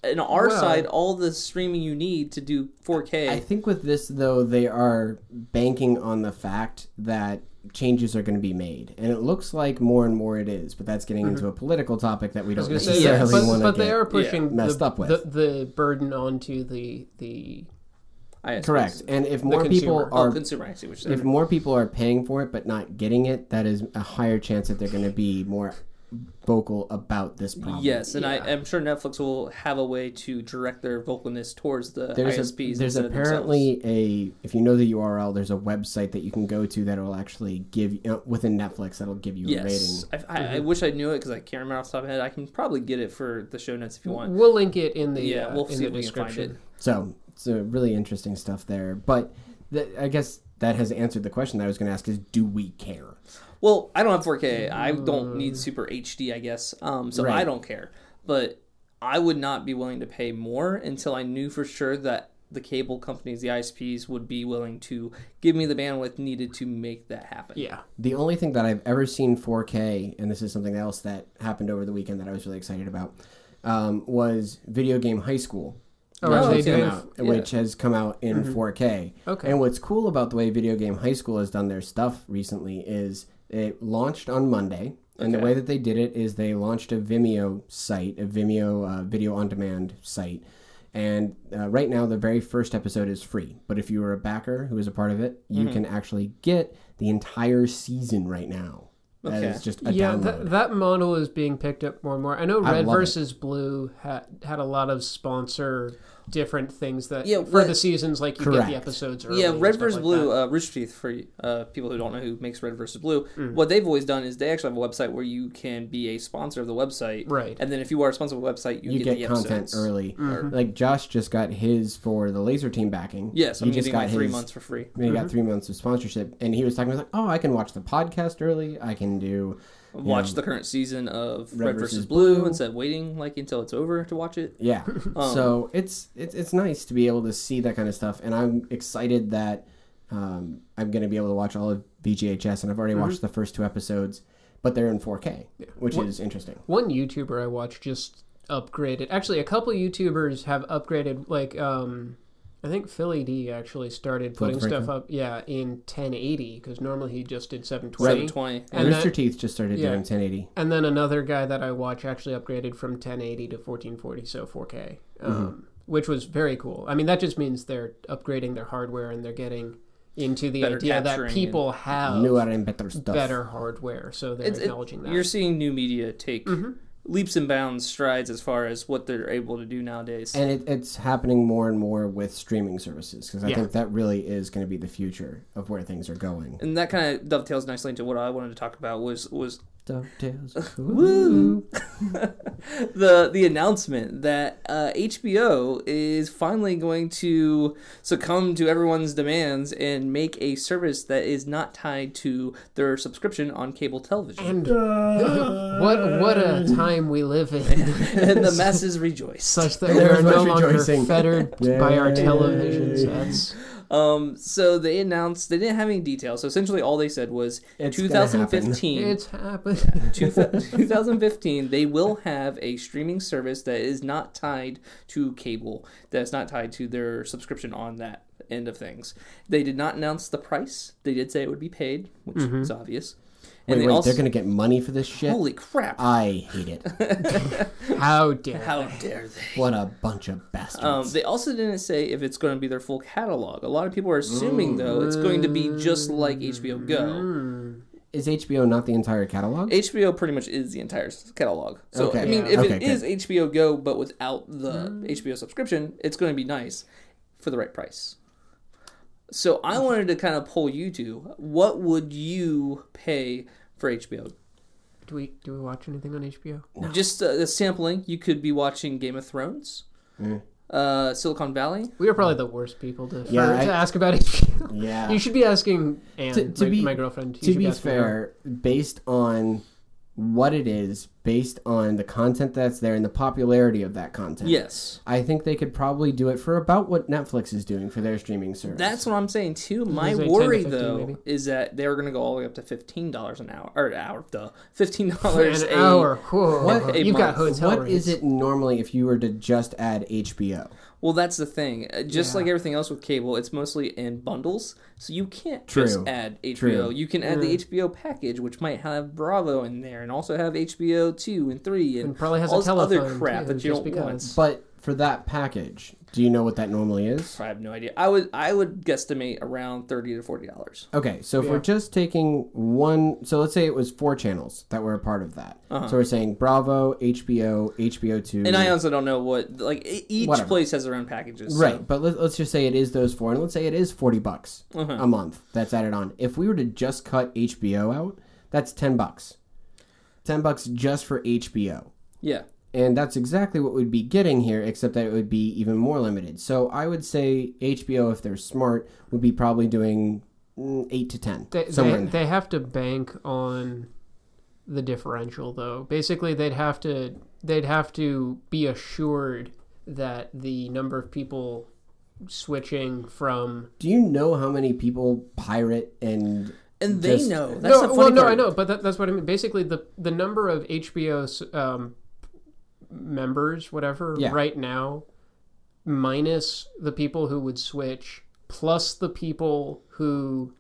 S3: in our
S2: Well-
S3: side, all the streaming you need to do 4K.
S1: I think with this though, they are banking on the fact that changes are going to be made, and it looks like more and more it is. But that's getting into a political topic that we don't
S2: Mm-hmm. I was gonna say,
S1: necessarily
S2: yeah,
S3: yes.
S1: want
S2: but,
S1: to
S2: but
S1: get.
S2: they are pushing
S1: messed
S2: the,
S1: up with.
S2: the the burden onto the the
S3: I guess.
S1: Correct, and if more people
S2: consumer.
S3: Oh,
S1: are
S3: consumer. I see what you're
S1: if
S3: saying.
S1: more people are paying for it but not getting it, that is a higher chance that they're going to be more vocal about this problem.
S3: Yes, and I,
S2: Yeah.
S3: I'm sure Netflix will have a way to direct their vocalness towards the
S1: There's,
S3: ISPs.
S1: a, there's
S3: instead of
S1: apparently a if you know the URL, there's a website that you can go to that will actually give you know, within Netflix that'll give you a
S3: themselves.
S1: rating. Mhm.
S3: yes. I, I, I wish I knew it because I can't remember off the top of my head. I can probably get it for the show notes if you want.
S2: we'll link it in the
S3: Yeah,
S2: uh,
S3: we'll
S2: in the
S3: see if we can find
S2: description.
S3: it.
S1: So it's uh really interesting stuff there. But th- I guess that has answered the question that I was going to ask: is do we care?
S3: Well, I don't have 4K. I don't need super HD, I guess. Um, so
S1: Mm. Right.
S3: I don't care. But I would not be willing to pay more until I knew for sure that the cable companies, the ISPs, would be willing to give me the bandwidth needed to make that happen.
S2: Yeah,
S1: The only thing that I've ever seen 4K, and this is something else that happened over the weekend that I was really excited about, um, was Video Game High School.
S2: Oh,
S1: which
S2: are they
S1: has come
S2: doing-
S1: out- which has come out in
S3: Mm-hmm.
S1: 4K.
S2: Okay.
S1: And what's cool about the way Video Game High School has done their stuff recently is it launched on Monday. And the
S3: Okay.
S1: way that they did it is they launched a Vimeo site, a Vimeo uh, video on demand site. And uh, right now, the very first episode is free. But if you are a backer who is a part of it, you
S3: Mm-hmm.
S1: can actually get the entire season right now. That
S3: Okay.
S1: is just a
S2: yeah.
S1: download.
S2: That, that model is being picked up more and more. I know
S1: I
S2: Red
S1: love it.
S2: versus Blue had had a lot of sponsor different things that
S3: Yeah,
S2: for
S3: Red-
S2: the seasons, like you
S1: Correct.
S2: get the episodes early.
S3: Yeah,
S2: and
S3: Red
S2: stuff
S3: vs.
S2: like
S3: Blue,
S2: that.
S3: uh, Rooster Teeth, for uh, people who don't know who makes Red vs. Blue,
S2: Mm.
S3: what they've always done is they actually have a website where you can be a sponsor of the website.
S2: Right. Mm-hmm.
S3: And then if you are a sponsor of the website, you,
S1: you, get,
S3: the
S1: content
S3: episodes. Mm-hmm.
S1: early. Like Josh just got his for the laser team backing.
S3: Yes, I'm
S1: he just
S3: using my
S1: got
S3: three
S1: his.
S3: months for free.
S1: He
S2: Mm-hmm.
S1: got three months of sponsorship, and he was talking about like, oh, I can watch the podcast early. I can do
S3: watch
S1: know,
S3: the current season of
S1: Red
S3: Red,
S1: versus
S3: versus, Blue,
S1: Blue.
S3: instead of waiting like until it's over to watch it.
S1: yeah.
S2: Um.
S1: so it's it's it's nice to be able to see that kind of stuff, and I'm excited that um, I'm going to be able to watch all of VGHS, and I've already watched
S2: Mm-hmm.
S1: the first two episodes, but they're in 4K, which is interesting.
S2: One YouTuber I watched just upgraded. Actually, a couple YouTubers have upgraded. Like, um, I think Philly D actually started putting
S1: Franco?
S2: stuff up. Yeah, in 1080 because normally he just did 720.
S3: Seven twenty.
S2: And
S1: Rooster
S2: that-
S1: Teeth just started
S2: yeah.
S1: doing 1080.
S2: And then another guy that I watch actually upgraded from 1080 to 1440, so 4K,
S1: Mm-hmm.
S2: um, which was very cool. I mean, that just means they're upgrading their hardware and they're getting into the
S3: Better
S2: idea that
S3: capturing
S2: people have
S1: Newer and better stuff.
S2: better hardware, so they're
S3: It's, it-
S2: acknowledging that.
S3: You're seeing new media take
S2: Mm-hmm.
S3: leaps and bounds strides as far as what they're able to do nowadays.
S1: And it, it's happening more and more with streaming services because I
S2: Yeah.
S1: think that really is going to be the future of where things are going.
S3: and that kind of dovetails nicely into what I wanted to talk about was was
S2: Dumb tales.
S3: Woo! the the announcement that uh, HBO is finally going to succumb to everyone's demands and make a service that is not tied to their subscription on cable television.
S2: And what what a time we live in.
S3: and the masses rejoice.
S2: Such that we
S1: There's
S2: are no
S1: much
S2: longer
S1: rejoicing.
S2: fettered by our
S1: Yay.
S2: television sets.
S3: Um, so they announced they didn't have any details. So essentially, all they said was
S1: It's gonna happen.
S3: 2015.
S2: It's happened.
S3: two- 2015. They will have a streaming service that is not tied to cable. That's not tied to their subscription on that end of things. They did not announce the price. They did say it would be paid, which is obvious.
S1: Mm-hmm. Wait,
S3: And they
S1: wait,
S3: also
S1: they're gonna get money for this shit. Ah.
S3: holy crap!
S1: I hate it.
S2: How dare
S3: How dare they?
S1: What a bunch of bastards.
S3: Um, they also didn't say if it's going to be their full catalog. A lot of people are assuming, though, it's going to be just like HBO Go.
S1: Mm-hmm. Is HBO not the entire catalog?
S3: HBO pretty much is the entire s- catalog. So
S1: Okay.
S3: I mean,
S1: Yeah.
S3: if
S1: Okay,
S3: it is HBO Go but without the
S2: Mm.
S3: HBO subscription, it's going to be nice for the right price. So I wanted to kind of poll you two. What would you pay for HBO?
S2: Do we do we watch anything on HBO?
S3: Just uh, the sampling. You could be watching Game of Thrones,
S1: Mm.
S3: uh, Silicon Valley.
S2: We are probably the worst people to,
S1: Yeah,
S2: for-
S1: I-
S2: to ask about HBO.
S1: yeah.
S2: You should be asking Anne,
S1: To- to
S2: my,
S1: be-
S2: my girlfriend. You
S1: to
S2: should
S1: be
S2: asking her.
S1: fair, based on what it is, based on the content that's there and the popularity of that content.
S3: Yes.
S1: I think they could probably do it for about what Netflix is doing for their streaming service.
S3: That's what I'm saying too. My
S2: say 10 to
S3: worry
S2: 15
S3: though
S2: maybe.
S3: is that they're going to go all the way up to fifteen dollars an hour or an hour, duh, fifteen
S2: For
S3: dollars
S2: an
S3: a
S2: hour. Whoa.
S3: What a
S2: You've got
S3: month.
S2: hotel
S1: What
S2: rates.
S1: is it normally if you were to just add HBO?
S3: Well, that's the thing. Uh, Just
S2: Yeah.
S3: like everything else with cable, it's mostly in bundles, so you can't
S1: True.
S3: just add HBO.
S1: True.
S3: You can add the HBO package, which might have Bravo in there, and also have HBO two and three, and,
S2: And probably has
S3: all
S2: a
S3: this other
S2: telephone,
S3: crap
S2: too,
S3: that you
S2: just
S3: don't
S2: because.
S1: But for that package, do you know what that normally is?
S3: want. I have no idea. I would I would guesstimate around thirty to forty dollars.
S1: Okay, so if
S2: Yeah.
S1: we're just taking one, so let's say it was four channels that were a part of that. So we're saying Bravo, HBO, HBO2.
S3: And I also don't know what like e- each
S1: Whatever.
S3: place has their own packages. so-
S1: Right, but let, let's just say it is those four, and let's say it is forty bucks a month that's added on. If we were to just cut HBO out, that's ten bucks. Ten bucks just for HBO,
S3: Yeah.
S1: and that's exactly what we'd be getting here, except that it would be even more limited. So I would say HBO, if they're smart, would be probably doing mm, eight to ten
S2: They,
S1: somewhere.
S2: they,
S1: in there.
S2: they have to bank on the differential though basically they'd have to they'd have to be assured that the number of people switching from
S1: Do you know how many people pirate and
S3: And they
S1: Just-
S3: know. That's the
S2: no
S3: funny
S2: well no
S3: part.
S2: i know but that, that's what i mean basically the the number of hbo's um, members whatever
S1: Yeah.
S2: right now minus the people who would switch plus the people who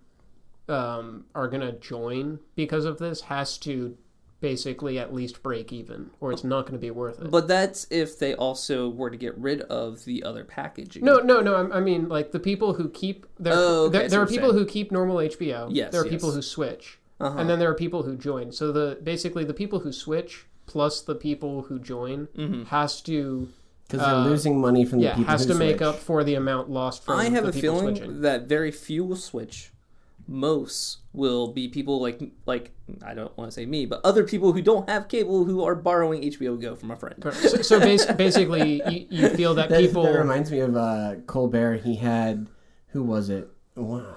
S2: um, are going to join because of this has to basically at least break even or it's not going to be worth it
S3: But that's if they also were to get rid of the other packaging.
S2: no, no, no. I, I mean, like the people who keep there.
S3: Oh, okay,
S2: there,
S3: I see
S2: there are
S3: what you're
S2: people who keep normal HBO.
S3: Yes,
S2: There are
S3: yes. Uh-huh.
S2: people who switch, and then there are people who join. So the basically the people who switch plus the people who join
S3: Mm-hmm.
S2: has to
S1: because they're losing money from the
S2: Uh, yeah
S1: people
S2: has
S1: who
S2: to make
S1: switch.
S2: up for the amount lost from
S3: I have
S2: the
S3: a
S2: people
S3: feeling
S2: switching.
S3: that very few will switch. Most will be people like like I don't want to say me, but other people who don't have cable who are borrowing HBO Go from a friend.
S2: So, so bas- basically, you, you feel that,
S1: That,
S2: people.
S1: that reminds me of uh, Colbert. He had who was it? Wow.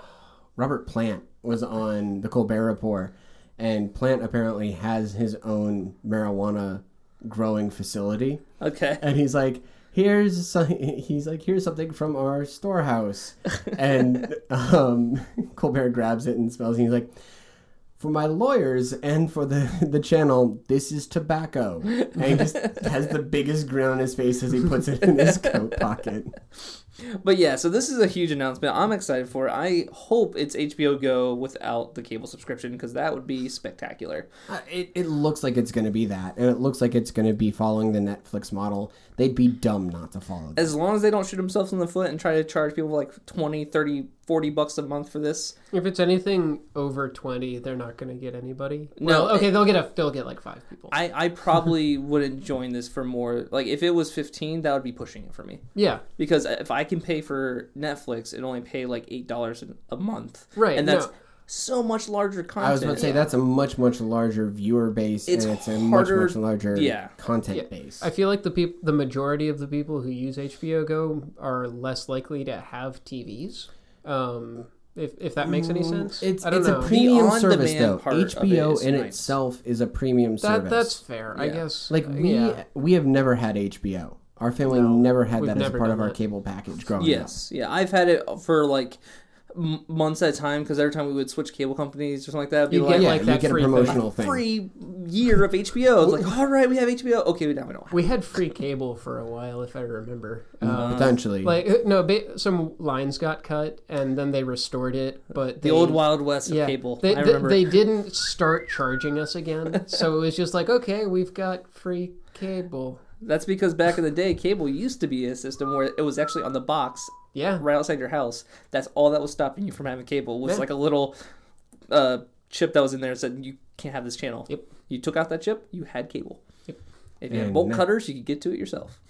S1: Robert Plant was on the Colbert Report, and Plant apparently has his own marijuana growing facility,
S3: Okay.
S1: and he's like. Here's some, he's like here's something from our storehouse, and um, Colbert grabs it and smells, it, and he's like, for my lawyers and for the the channel, this is tobacco, and he just has the biggest grin on his face as he puts it in his coat pocket.
S3: But yeah, so this is a huge announcement. I'm excited for it. I hope it's HBO Go without the cable subscription because that would be spectacular.
S1: Uh, It, it looks like it's going to be that, and it looks like it's going to be following the Netflix model. They'd be dumb not to follow that.
S3: As long as they don't shoot themselves in the foot and try to charge people like 20, 30, 40 bucks a month for this.
S2: If it's anything over twenty, they're not going to get anybody.
S3: No,
S2: Well, okay, they'll get a they'll get like five people.
S3: I, I probably wouldn't join this for more like if it was 15, that would be pushing it for me.
S2: yeah,
S3: because if I can pay for Netflix and only pay like eight dollars a month,
S2: Right,
S3: and that's
S2: no.
S3: so much larger content.
S1: I was about to say that's a much much larger viewer base
S3: It's
S1: and it's a much
S3: harder-
S1: much larger
S3: yeah.
S1: content
S2: Yeah.
S1: base.
S2: I feel like the peop- the majority of the people who use HBO Go are less likely to have TVs. Um, if if that makes any sense,
S1: Mm, It's
S2: I don't
S1: it's
S2: know.
S1: a premium
S3: on-demand
S1: service though.
S3: part of it
S1: HBO
S3: is
S1: in
S3: nice.
S1: itself is a premium
S2: that
S1: service.
S2: that's fair, I
S3: Yeah.
S2: guess.
S1: like
S2: Uh,
S1: we
S2: yeah.
S1: we have never had HBO. Our family never had
S2: We've
S1: that as a
S2: never
S1: part
S2: done
S1: of our
S2: that.
S1: cable package growing up.
S3: Yes, yeah, I've had it for like m- months at a time because every time we would switch cable companies or something like that, it'd be
S2: You
S3: like,
S2: get
S1: yeah,
S2: like
S1: you
S2: that
S1: get a
S2: free thing.
S1: promotional thing.
S3: free year of HBO. It's like, all right, we have HBO. Okay, now we don't. Have
S2: We had free cable for a while, if I remember.
S1: Mm. Mm-hmm.
S2: Um,
S1: Potentially,
S2: like uh, no, ba- some lines got cut, and then they restored it. But
S3: the
S2: they-
S3: old Wild West of
S2: yeah,
S3: cable.
S2: They,
S3: I
S2: they,
S3: remember.
S2: they didn't start charging us again, so it was just like, okay, we've got free cable.
S3: That's because back in the day, cable used to be a system where it was actually on the box
S2: Yeah,
S3: right outside your house. That's all that was stopping you from having cable was
S2: Yeah.
S3: like a little uh, chip that was in there that said you can't have this channel.
S2: Yep.
S3: You took out that chip, you had cable.
S2: Yep.
S3: If you had
S1: And
S3: bolt
S1: now-
S3: cutters, you could get to it yourself.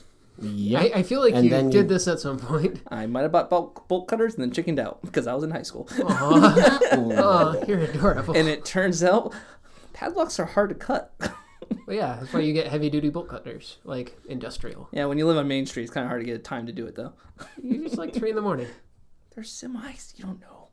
S1: yeah.
S2: I, I feel like
S1: And
S2: you
S1: then
S2: did
S1: you-
S2: this at some point.
S3: I might have bought bulk, bolt cutters and then chickened out because I was in high school.
S2: Oh. Aw,
S1: Ooh.
S2: aw, Oh, you're adorable.
S3: and it turns out padlocks are hard to cut.
S2: Well, yeah, that's why you get heavy duty bolt cutters, like industrial.
S3: yeah, when you live on Main Street, it's kind of hard to get time to do it though.
S2: You just like three in the morning.
S3: They're semis. You don't know.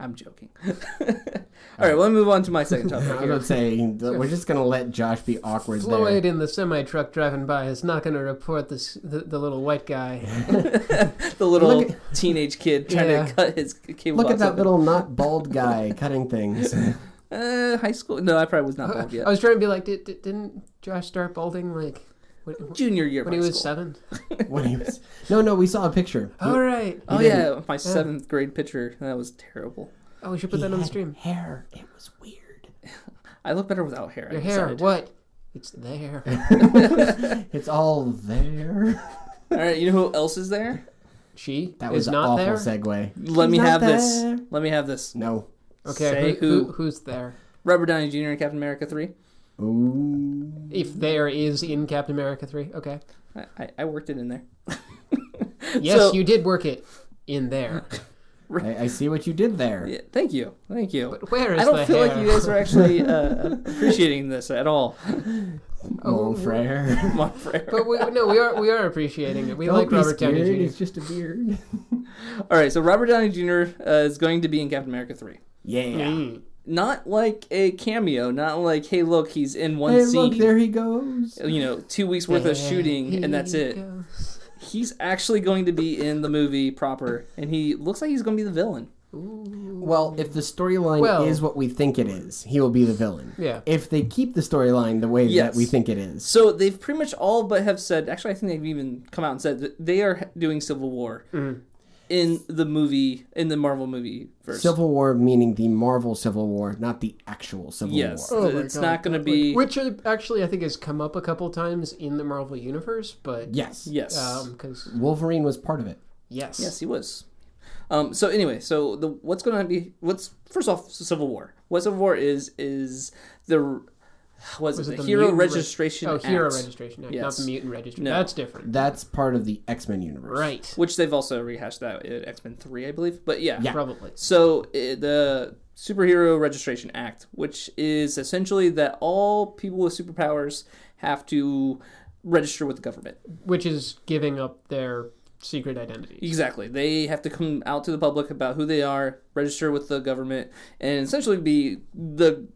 S3: I'm joking. all right, well, let me move on to my second
S1: I
S3: topic.
S1: was about to say we're just gonna let Josh be awkward
S2: Floyd in the semi truck driving by is not going to report this the, the little white guy.
S3: the little
S1: Look
S3: teenage kid trying
S2: Yeah.
S3: to cut his
S1: there.
S3: cable.
S1: Look at
S3: box
S1: that
S3: open.
S1: little not bald guy cutting things.
S3: Uh, high school? No, I probably was not bald
S2: I
S3: yet.
S2: was trying to be like, did, did, didn't Josh start balding like when,
S3: Junior year of
S2: when he
S3: high
S2: was
S3: school.
S2: seven?
S1: when he was no no we saw a picture. He-
S2: All right.
S3: Oh
S1: didn't.
S3: yeah, my seventh grade picture. That was terrible.
S2: Oh, we should put that on the
S1: had
S2: stream.
S1: Hair. It was weird.
S3: I look better without hair.
S2: Your
S3: I
S2: hair,
S3: decided.
S2: what? It's there.
S1: It's all there.
S3: All right, you know who else is there?
S2: She
S1: That
S2: is
S1: was an
S2: not
S1: awful
S2: there.
S1: segue.
S3: Let me
S1: not
S3: have this.
S1: there.
S3: Let me have this.
S1: No.
S2: Okay,
S3: Say
S2: who, who
S3: who.
S2: who's there?
S3: Robert Downey Jr. and Captain America three.
S1: Ooh.
S2: If there is in Captain America three, okay.
S3: I, I, I worked it in there.
S2: Yes,
S3: So-
S2: you did work it in there.
S1: I, I see what you did there.
S3: Yeah, thank you, thank you.
S2: But where is
S3: I don't
S2: the
S3: feel
S2: hair?
S3: like you guys are actually uh, appreciating this at all.
S1: Mon
S2: Oh.
S1: frere.
S3: My friend.
S2: But we, no, we are we are appreciating it. We
S1: Don't
S2: like
S1: be
S2: Robert
S1: scared,
S2: Downey Jr.
S1: It's just a beard.
S3: All right, so Robert Downey Jr. Uh, is going to be in Captain America three.
S1: Yeah.
S2: Mm.
S3: Not like a cameo. Not like, hey, look, he's in one
S1: Hey,
S3: scene.
S1: look, there he goes.
S3: you know, two weeks worth of shooting, and that's it. He's actually going to be in the movie proper, and he looks like he's going to be the villain.
S2: Ooh.
S1: Well, if the storyline
S2: Well-
S1: is what we think it is, he will be the villain.
S2: Yeah.
S1: If they keep the storyline the way
S3: Yes.
S1: that we think it is,
S3: So they've pretty much all but have said. Actually, I think they've even come out and said that they are doing Civil War in the movie in the Marvel movie verse.
S1: Civil War meaning the Marvel Civil War, not the actual Civil
S3: yes,
S1: War.
S2: Oh my
S3: it's
S2: God,
S3: not going to
S2: Like,
S3: be.
S2: which uh, actually I think has come up a couple times in the Marvel universe, but
S1: Yes.
S3: yes,
S1: Uh,
S2: because
S1: Wolverine was part of it.
S2: yes,
S3: yes, he was. Um, so anyway, so the what's going to be what's first off Civil War. What Civil War is is the was,
S2: Was
S3: it,
S2: it
S3: the,
S2: the
S3: Hero
S2: Mutant Reg-
S3: Registration
S2: oh hero
S3: Act,
S2: registration act, not
S3: Yes.
S2: the mutant registration.
S3: No.
S2: That's different,
S1: That's part of the X Men universe.
S2: right?
S3: which they've also rehashed that in X Men Three, I believe. But yeah,
S2: Probably.
S3: So i the Superhero Registration Act, which is essentially that all people with superpowers have to register with the government.
S2: Which is giving up their secret identities.
S3: Exactly. They have to come out to the public about who they are, register with the government, and essentially be the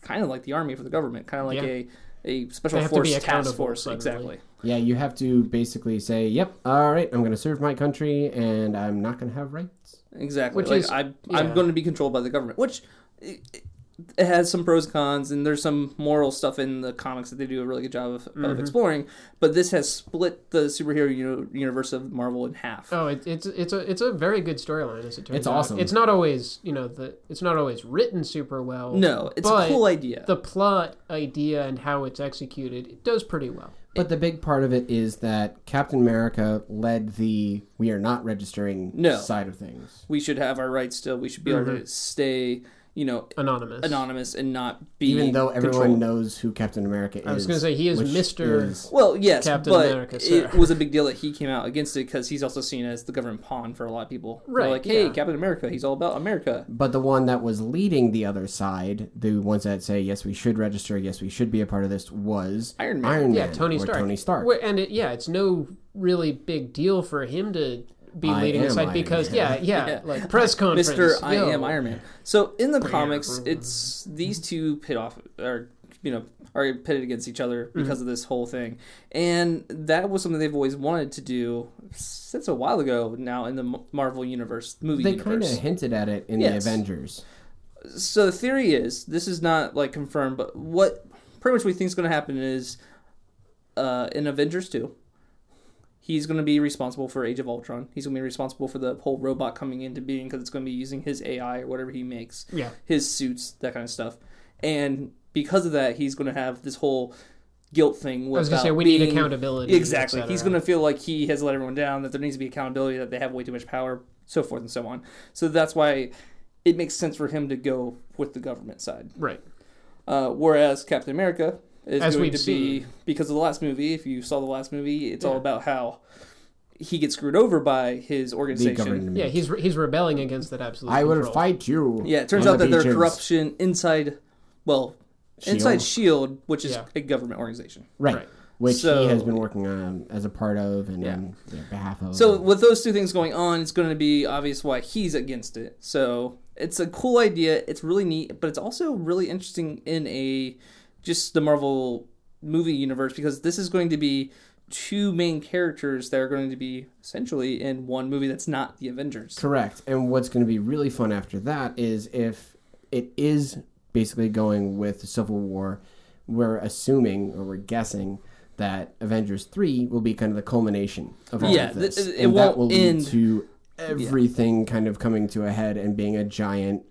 S3: kind of like the army for the government, kind of like
S2: Yeah.
S3: a a special
S2: They have to
S3: force
S2: be
S3: task
S2: accountable
S3: force.
S2: suddenly.
S3: Exactly.
S1: Yeah, you have to basically say, "Yep, all right, I'm going to serve my country, and I'm not going to have rights."
S3: Exactly.
S2: Which
S3: like,
S2: is-
S3: I,
S2: yeah.
S3: I'm going to be controlled by the government, which it, it has some pros and cons, and there's some moral stuff in the comics that they do a really good job of,
S2: Mm-hmm.
S3: of exploring. But this has split the superhero uni- universe of Marvel in half.
S2: Oh, it, it's it's a it's a very good storyline as it turns
S1: It's
S2: out.
S1: awesome.
S2: It's not always you know the it's not always written super well.
S3: no, it's
S2: but
S3: a cool idea.
S2: The plot idea and how it's executed it does pretty well.
S1: But the big part of it is that Captain America led the "we are not registering"
S3: No.
S1: side of things.
S2: Mm-hmm.
S3: we should have our rights still. We should be able to stay you know,
S2: Anonymous.
S3: anonymous and not be
S1: Even though everyone
S3: controlled.
S1: knows who Captain America is.
S2: I was gonna say he is
S1: which
S2: Mr.
S1: is-
S3: Well, yes,
S2: Captain
S3: but
S2: America, sir.
S3: it was a big deal that he came out against it because he's also seen as the government pawn for a lot of people. They're
S2: Right,
S3: like, hey,
S2: yeah.
S3: Captain America, he's all about America.
S1: But the one that was leading the other side, the ones that say yes, we should register, yes, we should be a part of this, was
S3: Iron Man.
S1: Iron
S2: Yeah,
S1: Man,
S2: Tony
S1: or
S2: Stark.
S1: Tony Stark.
S2: Wh- And it, yeah, it's no really big deal for him to be
S1: I
S2: leading the
S1: am
S2: side
S1: Iron
S2: because
S1: Man.
S2: yeah, yeah,
S3: Yeah.
S2: like press conference.
S3: Mister, I
S2: yo.
S3: am Iron Man. So in the comics, it's these two pit off or you know are pitted against each other
S2: Mm-hmm.
S3: because of this whole thing, and that was something they've always wanted to do since a while ago. Now in the M- Marvel universe, movie
S1: They kind
S3: universe.
S1: of hinted at it in
S3: Yes.
S1: the Avengers.
S3: so the theory is this is not like confirmed, but what pretty much we think is going to happen is uh, in Avengers two, he's going to be responsible for Age of Ultron. He's going to be responsible for the whole robot coming into being because it's going to be using his AI or whatever he makes,
S2: Yeah.
S3: his suits, that kind of stuff. And because of that, he's going to have this whole guilt thing.
S2: I was gonna say we need accountability.
S3: Exactly.
S2: et
S3: He's
S2: cetera.
S3: going to feel like he has let everyone down, that there needs to be accountability, that they have way too much power, so forth and so on. So that's why it makes sense for him to go with the government side.
S2: right.
S3: Uh, whereas Captain America is
S2: As
S3: going
S2: we've
S3: to be, because of the last movie, if you saw the last movie, it's all
S2: Yeah.
S3: about how he gets screwed over by his
S1: The
S3: organization.
S1: government.
S2: Yeah, he's re- he's rebelling against that absolute.
S1: I will
S2: control.
S1: fight you.
S3: Yeah, it turns
S1: on
S3: out
S1: the
S3: that their
S1: beaches.
S3: corruption inside, well, inside S.H.I.E.L.D., E which is
S2: E Yeah.
S3: a government organization.
S1: Right.
S2: Right.
S1: Which
S3: So-
S1: he has been working on as a part of and
S3: Yeah.
S1: on their behalf of.
S3: So with those two things going on, it's going to be obvious why he's against it. So it's a cool idea. It's really neat, but it's also really interesting in a just the Marvel movie universe because this is going to be two main characters that are going to be essentially in one movie that's not the Avengers.
S1: Correct. And what's going to be really fun after that is if it is basically going with Civil War, we're assuming or we're guessing that Avengers 3 will be kind of the culmination of all
S3: Yeah,
S1: of this.
S3: th- it
S1: and that
S3: won't
S1: will lead
S3: end-
S1: to everything kind of coming to a head and being a giant.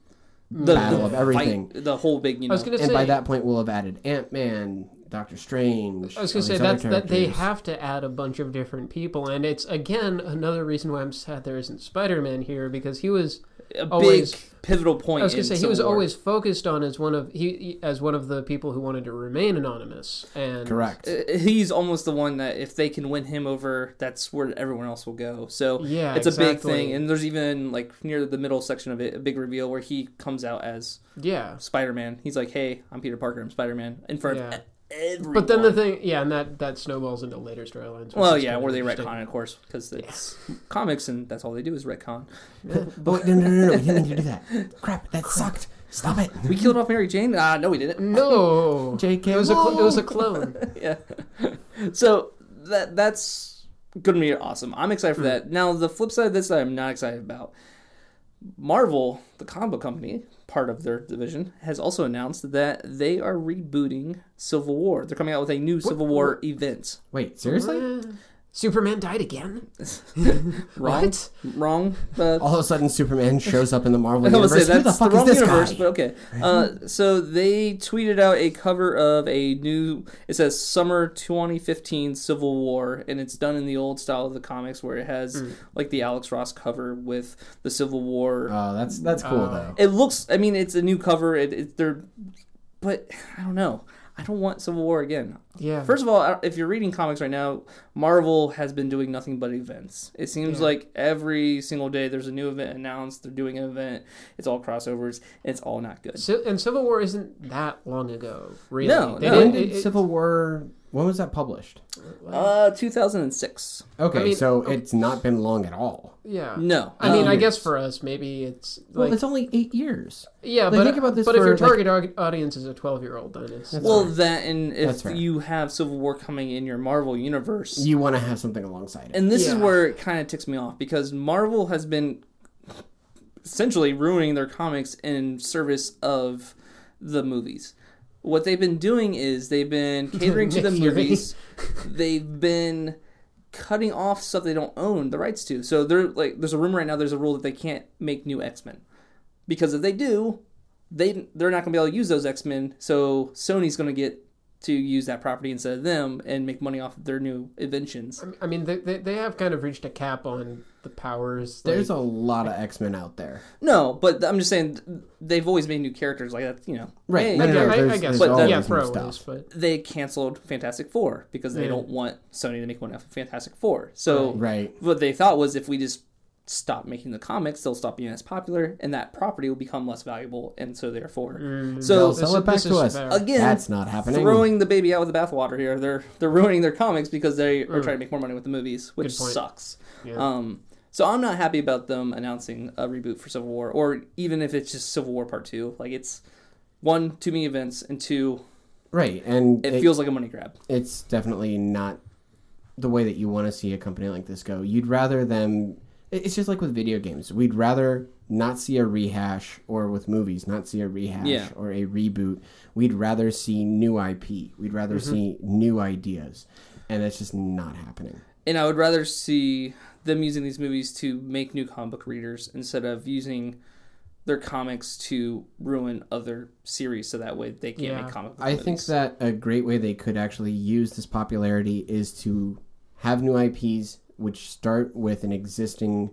S3: The
S1: Battle
S3: the
S1: of everything.
S3: fight, the whole big. You know,
S2: I was gonna
S1: And
S2: say.
S1: by that point, we'll have added Ant Man, Doctor Strange.
S2: I was gonna
S1: all
S2: say
S1: these other
S2: that's that they
S1: characters.
S2: have to add a bunch of different people, and it's again another reason why I'm sad there isn't Spider-Man here because he was
S3: a
S2: always-
S3: big pivotal point.
S2: I was gonna
S3: in
S2: say he
S3: Civil
S2: was
S3: War.
S2: always focused on as one of he he- as one of the people who wanted to remain anonymous and
S1: Correct.
S3: Uh, he's almost the one that if they can win him over, that's where everyone else will go. So
S2: Yeah,
S3: it's a big
S2: exactly.
S3: thing. And there's even like near the middle section of it, a big reveal where he comes out as
S2: Yeah.
S3: Spider Man. He's like, "Hey, I'm Peter Parker. I'm Spider Man." In front
S2: Yeah.
S3: of e- everyone.
S2: But then the thing, yeah, and that that snowballs into later storylines. which
S3: well,
S2: is
S3: yeah,
S2: kinda
S3: where they
S2: interesting.
S3: retcon, of course, because it's comics and that's all they do is retcon.
S1: But wait, no, no, no, no. We didn't need to do that. Crap, that sucked. Stop it.
S3: We killed off Mary Jane. Ah, no, we didn't.
S2: No,
S1: JK.
S2: it was a cl- it was a
S1: whoa.
S2: clone.
S3: yeah. so that that's gonna be awesome. I'm excited for that. Now the flip side of this that I'm not excited about. Marvel, the combo company, part of their division, has also announced that they are rebooting Civil War. They're coming out with a new Civil War event.
S1: Wait, seriously?
S2: Eh, Superman died again.
S3: Wrong,
S2: What?
S3: wrong. Uh,
S1: All of a sudden, Superman shows up in the Marvel
S3: I
S1: universe.
S3: was gonna say
S1: Who the
S3: that's the,
S1: fuck
S3: wrong
S1: is this
S3: universe,
S1: guy?
S3: but okay. Uh, so they tweeted out a cover of a new. It says summer 2015 Civil War, and it's done in the old style of the comics, where it has
S1: Hmm.
S3: like the Alex Ross cover with the Civil War.
S1: Oh, that's that's cool
S2: Oh.
S1: though.
S3: Uh, it looks. I mean, it's a new cover. It, it they're, but I don't know. I don't want Civil War again.
S2: Yeah.
S3: First of all, I- if you're reading comics right now, Marvel has been doing nothing but events. It seems
S2: Yeah.
S3: like every single day there's a new event announced. They're doing an event. It's all crossovers. And it's all not good.
S2: Ci- and Civil War isn't that long ago, really.
S3: No,
S2: They
S3: no.
S1: When
S2: didn't-
S1: did
S2: it- it-
S1: Civil War? When was that published?
S3: Uh, 2006.
S1: Okay,
S2: I mean- oh.
S1: so it's not been long at all.
S2: yeah.
S3: No,
S2: I mean, I
S1: Um,
S2: guess for us, maybe it's
S1: Well,
S2: like
S1: it's only eight years.
S2: yeah,
S1: like,
S2: but uh,
S1: think about this
S2: but if
S1: for,
S2: your
S1: like-
S2: target au- audience is a twelve-year-old, then it's
S3: well that and
S1: That's
S3: if
S1: fair.
S3: you have Civil War coming in your Marvel universe,
S1: You want to have something alongside it.
S3: and this is
S2: Yeah.
S3: where it kind of ticks me off because Marvel has been essentially ruining their comics in service of the movies. What they've been doing is they've been catering to the
S2: Nick Fury.
S3: movies. They've been cutting off stuff they don't own the rights to. So they're like, there's a rumor right now. There's a rule that they can't make new X Men because if they do, they they're not going to be able to use those X Men. So Sony's going to get to use that property instead of them and make money off of their new inventions.
S2: I mean- I mean, they, they, they have kind of reached a cap on the powers.
S1: There's
S2: like-
S1: a lot of X Men out there.
S3: No, but I'm just saying th- they've always made new characters like that. You know,
S1: Right.
S3: Hey,
S1: No, no,
S2: yeah,
S1: no,
S2: I, I
S1: there's-
S2: guess,
S1: there's
S2: but
S1: always
S2: yeah,
S1: new
S2: throwaways,
S1: stuff.
S2: but
S3: they canceled Fantastic Four because they
S2: Yeah.
S3: don't want Sony to make money off of Fantastic Four. So
S1: Right.
S3: what they thought was if we just stop making the comics, they'll stop being as popular, and that property will become less valuable, and so therefore,
S1: Mm.
S3: so
S1: They'll sell
S3: Uh,
S2: mm, this-
S1: it back
S2: this
S1: to
S2: is
S1: us.
S2: fair.
S3: again,
S1: That's not happening.
S3: throwing the baby out with the bathwater here. They're they're ruining their comics because they
S1: Mm.
S3: are trying to make more money with the movies, which
S2: Good point.
S3: sucks.
S2: Yeah.
S1: Uh,
S3: Um, so I'm not happy about them announcing a reboot for Civil War, or even if it's just Civil War Part Two. Like it's one too many events, and two
S1: right, and
S3: it,
S1: it-
S3: feels like a money grab.
S1: it's definitely not the way that you want to see a company like this go. You'd rather them. it- It's just like with video games. We'd rather not see a rehash, or with movies, not see a rehash
S3: Yeah.
S1: or a reboot. We'd rather see new IP. We'd rather see new ideas, and it's just not happening.
S3: And I would rather see them using these movies to make new comic book readers instead of using their comics to ruin other series, so that way they can't
S2: Yeah.
S3: make comic. Book
S1: I
S3: movies.
S1: think that a great way they could actually use this popularity is to have new IPs which start with an existing,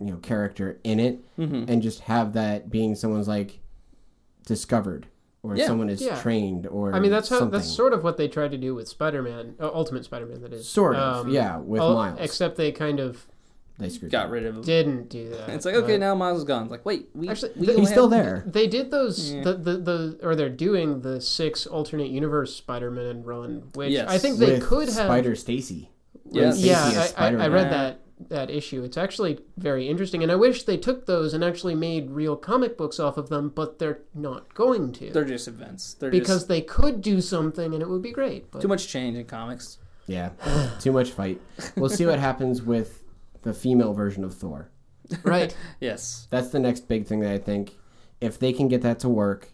S1: you know, character in it,
S3: Mm-hmm.
S1: and just have that being someone's like discovered or
S3: Yeah,
S1: someone is
S2: yeah.
S1: trained or
S2: I mean, that's how
S1: something.
S2: that's sort of what they tried to do with Spider-Man, uh, Ultimate Spider-Man. That is Um,
S1: Sort of, yeah, with
S2: all-
S1: Miles.
S2: Except they kind of
S1: they screwed
S3: got
S1: up.
S3: rid of. Him.
S2: didn't do that.
S3: It's like okay,
S2: but
S3: now Miles is gone. It's like wait, we
S2: Actually,
S3: we
S2: th-
S1: He's
S3: have-
S1: still there.
S2: They did those the, the the or they're doing the six alternate universe Spider-Man run, which
S3: Yes.
S2: I think they
S1: with
S2: could have.
S1: Spider Stacy.
S3: Yes.
S1: Stacy as
S2: yeah, I, I, I
S1: Spider-Man.
S2: read that that issue. It's actually very interesting, and I wish they took those and actually made real comic books off of them, but they're not going to
S3: They're just events. They're
S2: because
S3: just
S2: they could do something and it would be great. But
S3: too much change in comics.
S1: Yeah, too much fight. We'll see what happens with the female version of Thor.
S2: right,
S3: Yes.
S1: That's the next big thing that I think. If they can get that to work,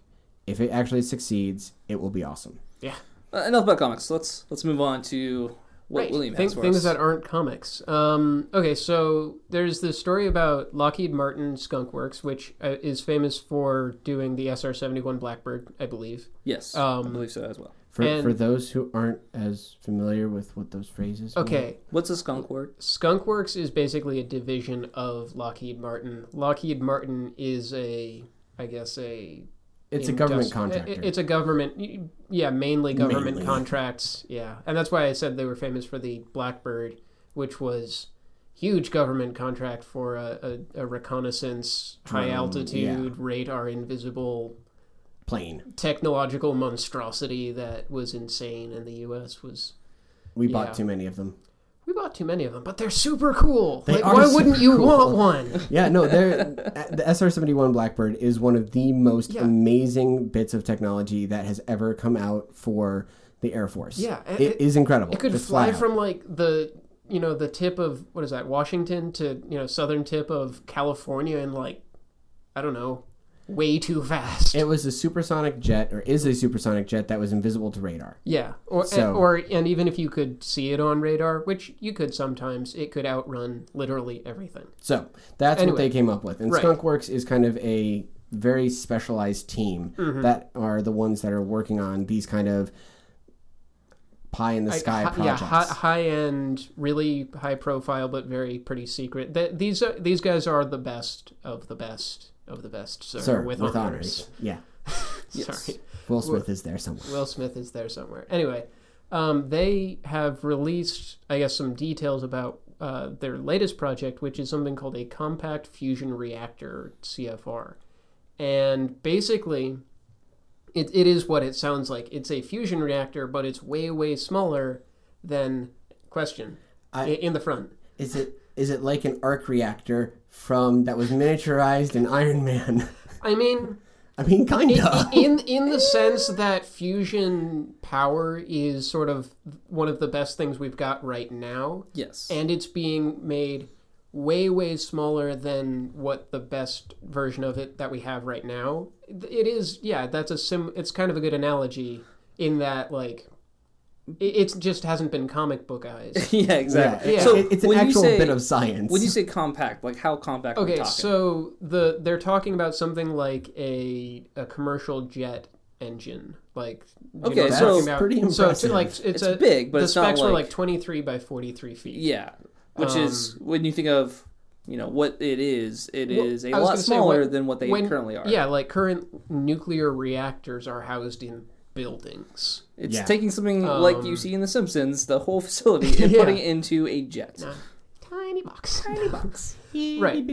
S1: if it actually succeeds, it will be awesome.
S2: yeah.
S3: Uh, enough about comics. Let's let's move on to what
S2: Right.
S3: William
S2: Think-
S3: has for
S2: things
S3: us.
S2: that aren't comics. Um, okay, so there's this story about Lockheed Martin Skunk Works, which uh, is famous for doing the SR-71 Blackbird, I believe.
S3: yes, I
S2: um,
S3: believe so as well.
S1: For,
S2: And-
S1: for those who aren't as familiar with what those phrases mean,
S2: Okay,
S3: What's a skunk word?
S2: Skunk Works is basically a division of Lockheed Martin. Lockheed Martin is a, I guess a.
S1: it's a government
S2: industri-
S1: contractor.
S2: i- It's a government, yeah, mainly government
S1: Mainly.
S2: contracts, yeah, and that's why I said they were famous for the Blackbird, which was huge government contract for a, a, a reconnaissance, high
S1: Drone,
S2: altitude,
S1: yeah.
S2: radar invisible
S1: plane.
S2: technological monstrosity that was insane, and the U.S. was
S1: We
S2: yeah.
S1: bought too many of them.
S2: we bought too many of them, but they're super cool.
S1: They
S2: like,
S1: are
S2: why
S1: super
S2: wouldn't you
S1: cool.
S2: want one?
S1: Yeah, no, they're, the SR 71 Blackbird is one of the most
S2: Yeah.
S1: amazing bits of technology that has ever come out for the Air Force.
S2: Yeah, and
S1: it
S2: it-
S1: is incredible.
S2: It could
S1: Just
S2: fly
S1: flat out.
S2: from like the you know the tip of what is that Washington to you know southern tip of California in like I don't know way too fast.
S1: It was a supersonic jet, or is a supersonic jet that was invisible to radar.
S2: yeah, or
S1: So-
S2: and, or and even if you could see it on radar, which you could sometimes, it could outrun literally everything.
S1: So that's
S2: Anyway.
S1: what they came up with. And
S2: Right.
S1: Skunk Works is kind of a very specialized team
S2: Hmm.
S1: that are the ones that are working on these kind of pie in the sky
S2: hi-
S1: projects.
S2: Yeah, hi, high end, really high profile, but very pretty secret. Th- these are, these guys are the best of the best of the best, sir.
S1: Sir,
S2: with,
S1: with, honors.
S2: honors.
S1: Yeah.
S3: Yes.
S2: Sorry,
S1: Will Smith is there somewhere.
S2: Will Smith is there somewhere. Anyway, um, they have released, I guess, some details about uh, their latest project, which is something called a compact fusion reactor CFR, and basically. It, it is what it sounds like. It's a fusion reactor, but it's way, way smaller than question
S1: I-
S2: I, in the front.
S1: Is it is it like an arc reactor from that was miniaturized in Iron Man?
S2: I mean,
S1: I mean, kind
S2: i-
S1: of.
S2: in in the sense that fusion power is sort of one of the best things we've got right now,
S3: Yes.
S2: and it's being made way way smaller than what the best version of it that we have right now. It is yeah, that's a sim. It's kind of a good analogy in that like it, it just hasn't been comic bookized.
S3: yeah, exactly.
S1: Yeah,
S3: So
S1: it- it's an
S3: when you
S1: actual
S3: say-
S1: bit of science.
S3: When you say compact, like how compact? are we
S2: Okay,
S3: talking?
S2: so the they're talking about something like a a commercial jet engine, Like you
S3: Okay,
S2: know,
S3: so-
S2: talking
S1: That's pretty
S2: so it's
S1: impressive.
S2: like it's,
S3: It's
S2: a,
S3: big, but
S2: the
S3: it's not
S2: specs were
S3: like-
S2: like twenty three by forty three feet.
S3: Yeah, which is when you think of you know what it is, it
S2: Well,
S3: is a
S2: I was
S3: lot
S2: gonna say,
S3: smaller
S2: when-
S3: than what they
S2: when-
S3: currently are.
S2: Yeah, like current nuclear reactors are housed in buildings.
S3: it's
S1: Yeah.
S3: taking something like you
S2: Um,
S3: see in The Simpsons, the whole facility, and
S2: Yeah.
S3: putting it into a jet.
S2: Nah. Tiny box.
S3: box.
S2: Right.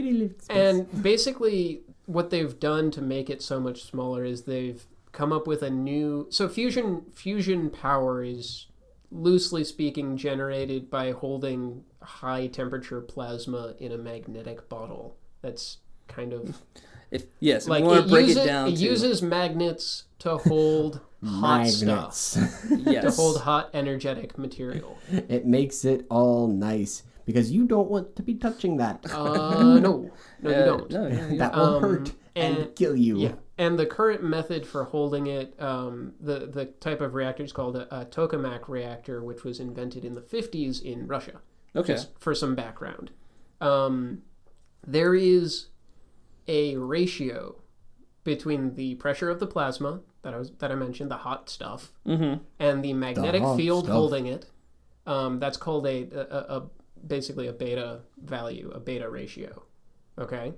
S2: And basically, what they've done to make it so much smaller is they've come up with a new. So fusion fusion power is loosely speaking generated by holding high temperature plasma in a magnetic bottle. That's kind of
S3: If yes,
S2: like
S3: if we want
S2: it
S3: to break
S2: uses,
S3: it down
S2: it
S3: to
S2: uses magnets to hold hot stuff.
S1: magnets.
S2: To
S3: yes,
S2: hold hot energetic material.
S1: it makes it all nice because you don't want to be touching that.
S2: Uh, no, no,
S3: Uh,
S2: you don't.
S3: No, yeah, yeah.
S1: that will
S2: um,
S1: hurt and,
S2: and-
S1: kill you.
S2: Yeah, and the current method for holding it, um, the the type of reactor is called a, a tokamak reactor, which was invented in the fifties in Russia.
S3: okay.
S2: Just for some background, um, there is a ratio between the pressure of the plasma that I was that I mentioned, the hot stuff,
S3: Mm-hmm.
S2: and the magnetic
S1: hot
S2: field
S1: stuff.
S2: holding it. Um, that's called a, a, a, a basically a beta value, a beta ratio. Okay.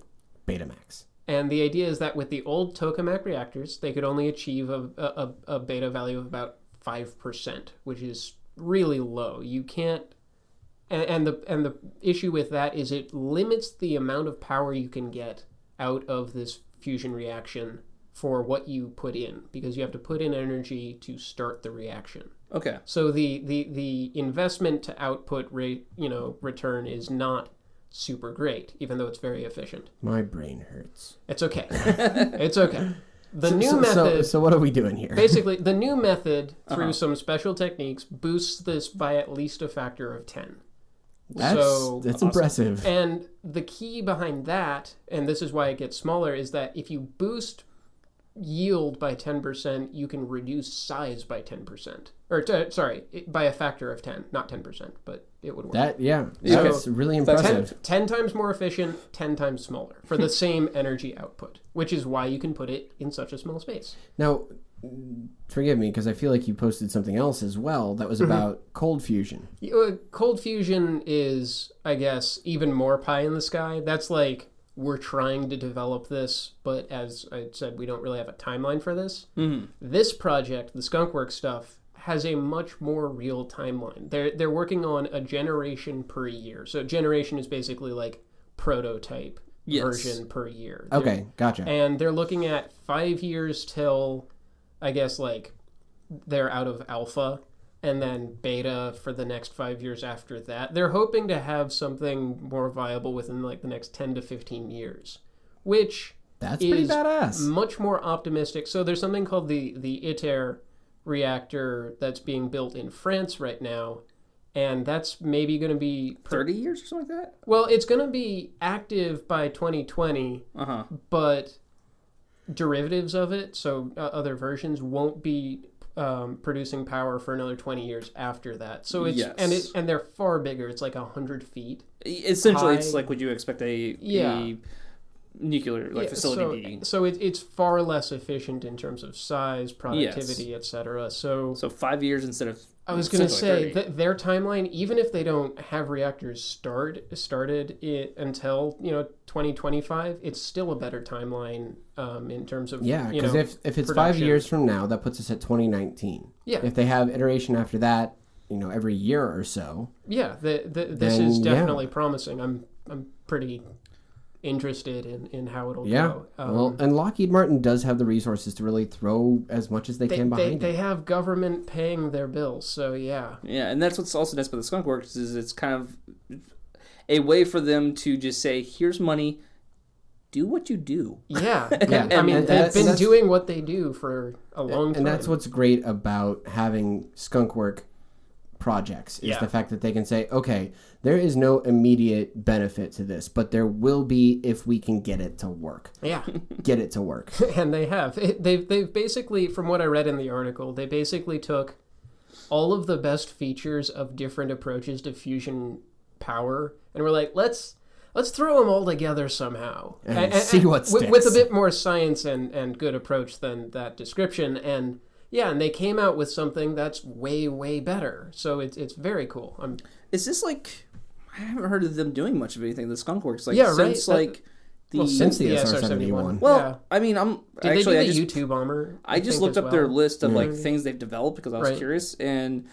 S1: Betamax.
S2: And the idea is that with the old tokamak reactors, they could only achieve a, a, a beta value of about 5%, which is really low. You can't. And, and the and the issue with that is it limits the amount of power you can get out of this fusion reaction for what you put in because you have to put in energy to start the reaction.
S3: Okay.
S2: So the the the investment to output rate, you know, return is not super great even though it's very efficient.
S1: My brain hurts.
S2: It's okay. it's okay. The new
S1: so, so- Uh-huh.
S2: method,
S1: so what are we doing here?
S2: basically, the new method through some special techniques boosts this by at least a factor of 10.
S1: That's
S2: so-
S1: that's
S3: Awesome.
S1: impressive.
S2: And the key behind that, and this is why it gets smaller, is that if you boost yield by 10%, you can reduce size by 10%. Or, t- uh, sorry, it- by a factor of 10, not 10%, but it would work.
S1: That yeah,
S3: Yeah.
S1: that's really
S2: Ten,
S1: impressive.
S2: 10 times more efficient, 10 times smaller for the same energy output, which is why you can put it in such a small space.
S1: Now, forgive me because I feel like you posted something else as well that was
S2: Mm-hmm.
S1: about cold fusion.
S2: You know, uh, Cold fusion is, I guess, even more pie in the sky. That's like we're trying to develop this, but as I said, we don't really have a timeline for this.
S3: Mm-hmm.
S2: This project, the Skunkworks stuff, has a much more real timeline. They're they're working on a generation per year. So generation is basically like prototype
S3: Yes.
S2: version per year. They're-
S1: Okay, gotcha.
S2: and they're looking at five years till i guess like they're out of alpha and then beta for the next five years after that they're hoping to have something more viable within like the next 10 to 15 years which
S1: that's pretty
S2: is
S1: badass.
S2: much more optimistic so there's something called the the iter reactor that's being built in france right now and that's maybe going to be
S3: Thirty years or something like
S2: well it's going to be active by 2020
S3: that. Uh huh.
S2: but derivatives of it, so uh, other versions, won't be um, producing power for another twenty years after that. So it's and it
S3: Yes.
S2: and they're far bigger. It's like hundred feet.
S3: E, Essentially,
S2: High-
S3: it's like would you expect a,
S2: Yeah.
S3: a nuclear like
S2: Yeah,
S3: facility
S2: so,
S3: being
S2: So it, it's far less efficient in terms of size, productivity, etc. So
S3: so five years instead of
S2: I was going to
S3: essentially
S2: say
S3: 30.
S2: that their timeline, even if they don't have reactors start started it until you know twenty twenty five, it's still a better timeline um, in terms of
S1: Yeah,
S2: you
S1: because
S2: know,
S1: if if it's five
S2: production.
S1: years from now, that puts us at 2019.
S2: Yeah.
S1: If they have iteration after that, you know, every year or so.
S2: yeah, the, the, this
S1: Then,
S2: is
S1: yeah.
S2: definitely promising. I'm I'm pretty interested in, in how it'll
S1: Yeah.
S2: go. Um,
S1: well, and Lockheed Martin does have the resources to really throw as much as they,
S2: they,
S1: can
S2: they,
S1: behind it.
S2: they have government paying their bills, so yeah.
S3: yeah and that's what's also nice about the skunk works is it's kind of a way for them to just say here's money do what you do
S2: Yeah,
S1: Yeah.
S2: I mean,
S1: And
S2: they've
S1: that's-
S2: been
S1: that's-
S2: doing what they do for a long time.
S1: and that's what's great about having skunk work projects is
S2: Yeah.
S1: the fact that they can say okay there is no immediate benefit to this but there will be if we can get it to work
S2: yeah,
S1: get it to work
S2: and they have. It- They've they've basically, from what I read in the article, they basically took all of the best features of different approaches to fusion power, and we're like, let's let's throw them all together somehow
S1: And see what
S2: with, with a
S1: sticks.
S2: bit more science and and good approach than that description and. Yeah, and they came out with something that's way way better. So it's it's very cool. I'm
S3: Is this like I haven't heard of them doing much of anything. The Skunkworks, like
S2: Yeah, right.
S3: since
S2: That-
S3: like the
S2: well, since the
S1: the
S2: SR seventy
S1: SR-71.
S2: one.
S3: well,
S2: yeah.
S3: I mean, I'm
S2: Did
S3: actually
S2: they
S3: I
S2: do
S3: just
S2: the U2 bomber?
S3: I just
S2: think,
S3: looked
S2: as
S3: up their
S2: well?
S3: list of like
S2: Yeah.
S3: things they've developed because I was
S2: Right.
S3: curious, and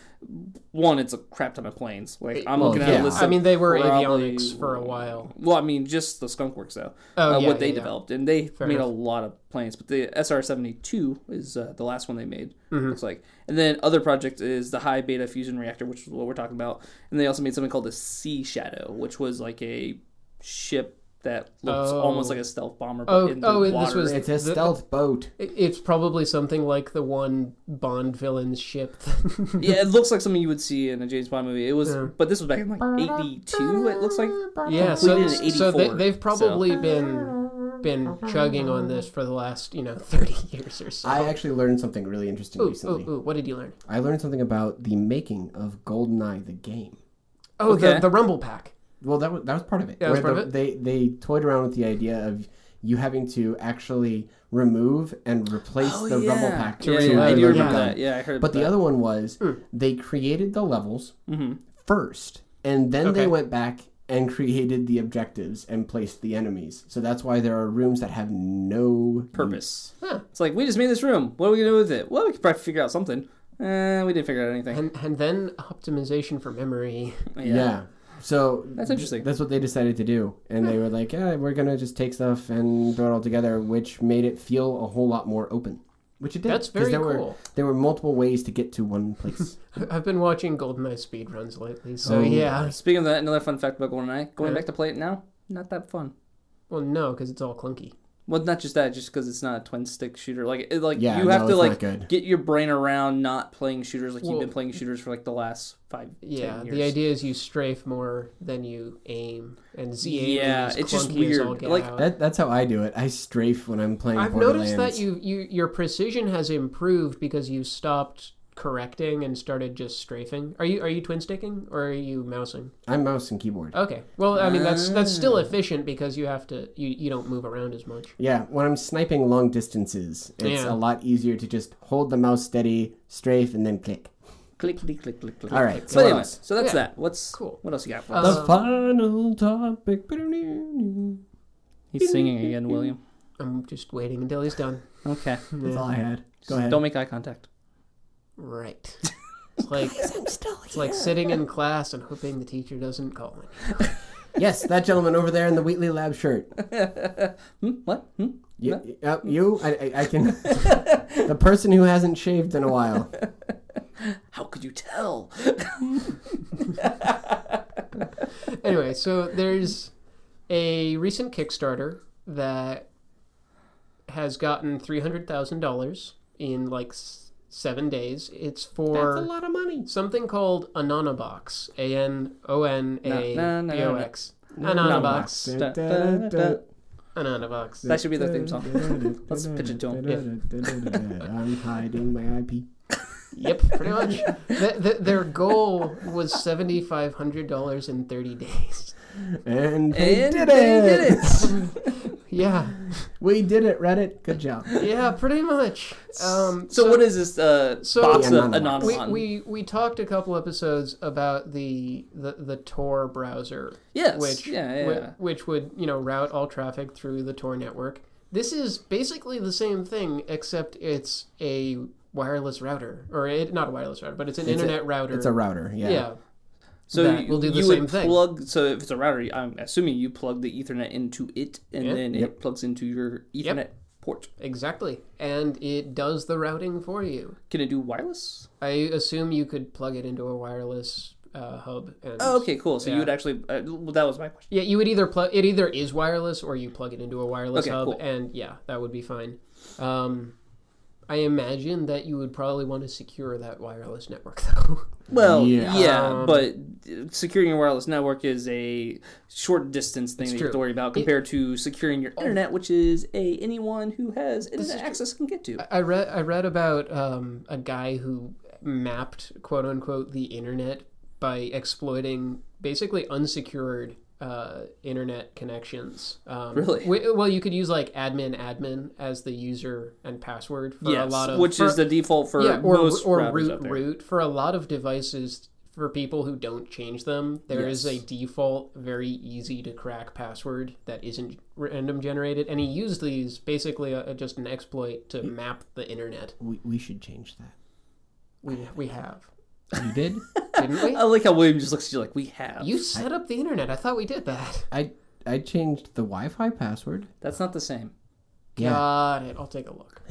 S3: one, it's a crap ton of planes. Like I'm
S1: Well,
S3: looking at
S1: yeah.
S3: a list.
S2: I
S3: of
S2: mean, they were
S3: probably-
S2: avionics for a while.
S3: Well, I mean, just the Skunkworks though.
S2: Oh,
S3: uh,
S2: yeah,
S3: what they
S2: yeah, yeah.
S3: developed, and they
S2: Fair
S3: made a
S2: enough.
S3: lot of planes. But the SR-72 is uh, the last one they made.
S2: Mm-hmm.
S3: Looks like, and then other project is the High Beta Fusion Reactor, which is what we're talking about. And they also made something called the Sea Shadow, which was like a ship that looks
S2: Oh.
S3: almost like a stealth bomber. But
S2: Oh,
S3: in the
S2: oh, this
S3: water.
S2: was-
S1: It's a
S2: The-
S1: stealth boat.
S2: It- It's probably something like the one Bond villain's ship.
S3: yeah, it looks like something you would see in a James Bond movie. It was, but this was back in like '82. It looks like.
S2: yeah, so,
S3: Completed in
S2: so they,
S3: 84,
S2: they've
S3: so.
S2: probably been been chugging on this for the last you know thirty years or so.
S1: I actually learned something really interesting
S2: Oh. ooh,
S1: Uh, recently.
S2: ooh, ooh, what did you learn?
S1: I learned something about the making of GoldenEye, the game.
S2: Oh,
S3: Okay.
S2: the, the Rumble Pack.
S1: Well, that was that was part of it.
S2: Yeah, that was
S1: Where
S2: part of
S1: the- They they toyed around with the idea of you having to actually remove and replace
S2: Oh,
S1: the rumble pack to
S3: yeah,
S1: reload
S3: yeah, I do
S1: your
S3: remember
S1: gun.
S3: that. Yeah, I heard.
S1: But the
S3: about
S1: other Hmm. one was they created the levels
S3: that. Mhm.
S1: first, and then
S2: Okay.
S1: they went back and created the objectives and placed the enemies. So that's why there are rooms that have no
S3: purpose.
S2: Huh.
S3: It's like we just made this room. What are we gonna do with it? Well, we could probably figure out something. Eh, we didn't figure out anything.
S2: And and then optimization for memory.
S1: Yeah. So
S3: That's interesting.
S1: That's what they decided to do, and they were like, "Yeah, we're gonna just take stuff and throw it all together," which made it feel a whole lot more open. Which it did.
S2: That's
S1: 'cause
S2: very
S1: there Were,
S2: cool.
S1: there were multiple ways to get to one place.
S2: I've been watching GoldenEye speedruns lately, so
S1: Oh.
S2: yeah.
S3: Speaking of that, another fun fact about GoldenEye. Going
S2: Yeah.
S3: back to play it now, not that fun.
S2: Well, no, because it's all clunky.
S3: Well, not just that, just because it's not a twin stick shooter. Like, it, like
S1: Yeah,
S3: you have
S1: no,
S3: to
S1: it's not
S3: like
S1: good.
S3: get your brain around not playing shooters. Like
S2: Well-
S3: you've been playing shooters for like the last five.
S2: Yeah,
S3: 10
S2: the
S3: years.
S2: idea is you strafe more than you aim, and Z aiming
S3: Yeah,
S2: is
S3: it's just
S2: clunky as all
S3: weird.
S2: get
S3: Like,
S2: out.
S1: that, that's how I do it. I strafe when I'm playing.
S2: I've
S1: Borderlands.
S2: noticed that you, you your precision has improved because you stopped correcting and started just strafing. Are you are you twin sticking or are you mousing?
S1: I'm mouse and keyboard.
S2: Okay. Well, I mean that's that's still efficient because you have to you, you don't move around as much.
S1: Yeah, when I'm sniping long distances, it's
S2: Yeah.
S1: a lot easier to just hold the mouse steady, strafe, and then click.
S3: click, click, click, click, click.
S1: All right.
S3: So,
S1: what
S3: anyway,
S1: else?
S3: so that's
S2: Yeah.
S3: that. What's
S2: Cool.
S3: What else you got for
S2: Uh,
S3: us?
S1: the final topic. That's
S3: Oh, He's singing again, William.
S2: I'm just waiting until he's done.
S3: Okay.
S1: all I had. Go
S3: Just
S1: ahead.
S3: Don't make eye contact.
S2: Right. It's like it's like sitting in class and hoping the teacher doesn't call me.
S1: yes, that gentleman over there in the Wheatley Lab shirt.
S3: Hmm? What? Hmm?
S1: You, uh, you I, I, I can. the person who hasn't shaved in a while.
S3: How could you tell?
S2: anyway, so there's a recent Kickstarter that has gotten three hundred thousand dollars in like s- seven days. It's for
S1: lot of money.
S2: something called Anonabox. A N O N A B O X. Anonabox. Anonabox.
S3: That should be their theme song. Let's pitch it to
S1: I'm hiding my IP.
S2: Yep, pretty much. Th th their goal was seventy five hundred dollars in thirty days.
S1: And they
S3: And
S1: did,
S3: they
S1: it.
S3: did it.
S2: Yeah,
S1: We did it, Reddit. Good job.
S2: yeah, pretty much. Um,
S3: So, what is this uh,
S2: so-
S3: box of
S1: Anonymous.
S2: we,
S3: Anomalon?
S2: we we talked a couple episodes about the the, the Tor browser,
S3: yes.
S2: which
S3: yeah, yeah,
S2: whi-
S3: yeah.
S2: which would you know route all traffic through the Tor network. This is basically the same thing, except it's a wireless router, or it, not a wireless router, but it's an
S1: It's a-
S2: internet router.
S1: It's a router. Yeah.
S2: yeah.
S3: So
S2: that
S3: you,
S2: will do the
S3: you
S2: same
S3: would
S2: thing.
S3: plug. So if it's a router, I'm assuming you plug the Ethernet into it, and
S2: Yeah.
S3: then
S1: Yep.
S3: it plugs into your Ethernet port.
S2: exactly, and it does the routing for you.
S3: Can it do wireless?
S2: I assume you could plug it into a wireless uh, hub. And
S3: Oh, okay, cool. So
S2: Yeah.
S3: you would actually. Uh, well, that was my question.
S2: Yeah, you would either plug it either is wireless or you plug it into a wireless
S3: Okay,
S2: hub,
S3: cool.
S2: and yeah, that would be fine. Um, I imagine that you would probably want to secure that wireless network though.
S3: Well, yeah,
S1: Yeah.
S2: Um,
S3: but securing a wireless network is a short distance thing that you have to
S2: true.
S3: worry about compared to securing your internet, which is a anyone who has internet access can get to.
S2: I read I read about um, a guy who mapped quote unquote the internet by exploiting basically unsecured uh, internet connections. Um,
S3: Really?
S2: wi- well, you could use like admin admin as the user and password for a lot of
S3: which
S2: for-
S3: is the default for
S2: yeah, or,
S3: most
S2: or
S3: routers
S2: root
S3: out there.
S2: root for a lot of devices for people who don't change them there is
S3: Yes.
S2: a default very easy to crack password that isn't random generated and he used these basically uh, just an exploit to map the internet
S1: We, we should change that.
S2: we we have
S1: You did?
S2: didn't we
S3: I like how William just looks at you like we have.
S2: you set up the internet i thought we did that
S1: I I changed the Wi-Fi password.
S3: That's not the same.
S1: Yeah.
S2: got it i'll take a look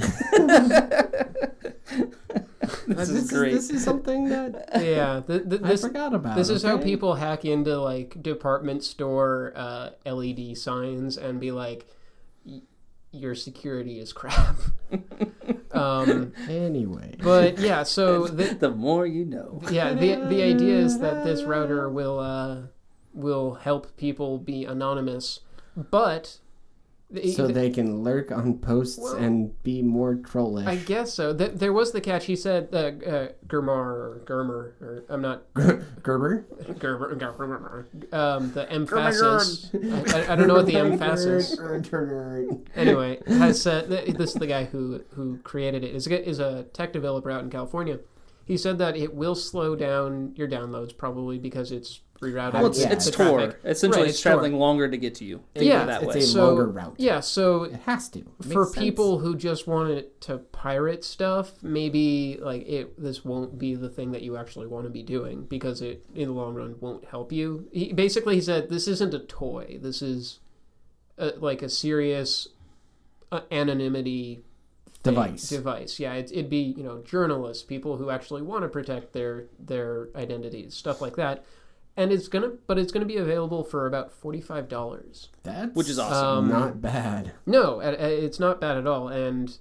S3: This is great.
S1: this is something that
S2: yeah th- th-
S1: I
S2: this
S1: forgot about.
S2: This is how
S1: Ah, okay?
S2: people hack into like department store uh, LED signs and be like, "Y- "Your security is crap." um,
S1: Anyway.
S2: but yeah, so the,
S3: the more you know.
S2: yeah, the the idea is that this router will uh, will help people be anonymous, but the-
S1: so
S2: the-
S1: they can lurk on posts
S2: Well,
S1: and be more trollish.
S2: I guess so. Th- there was the catch. He said uh, uh, Germar or Germer or I'm not
S1: Gerber.
S2: Gerber, Gerber, um, the emphasis. I, I- I don't know what the emphasis. Anyway, has said th- this is the guy who who created it. Is a- is a tech developer out in California. He said that it will slow down your downloads probably because it's rerouting.
S1: Well,
S3: Well, it's,
S1: Yeah,
S3: it's
S2: the
S3: Tor.
S2: traffic.
S3: Essentially,
S2: Right,
S3: it's,
S2: it's Tor.
S3: traveling longer to get to you. Think
S2: Yeah,
S3: of it that
S1: it's
S3: way.
S1: a
S2: So-
S1: longer route.
S2: Yeah, so
S1: It has to. It
S2: for
S1: makes sense.
S2: people who just want it to pirate stuff, maybe like it this won't be the thing that you actually want to be doing because it in the long run won't help you. He basically he said this isn't a toy. This is a, like a serious uh, anonymity thing-
S1: Device.
S2: Device. Yeah, it, it'd be you know journalists, people who actually want to protect their their identities, stuff like that. And it's gonna, but it's gonna be available for about forty five dollars.
S1: That's
S3: Which is awesome.
S2: Um,
S1: not bad.
S2: No, a- a- it's not bad at all. And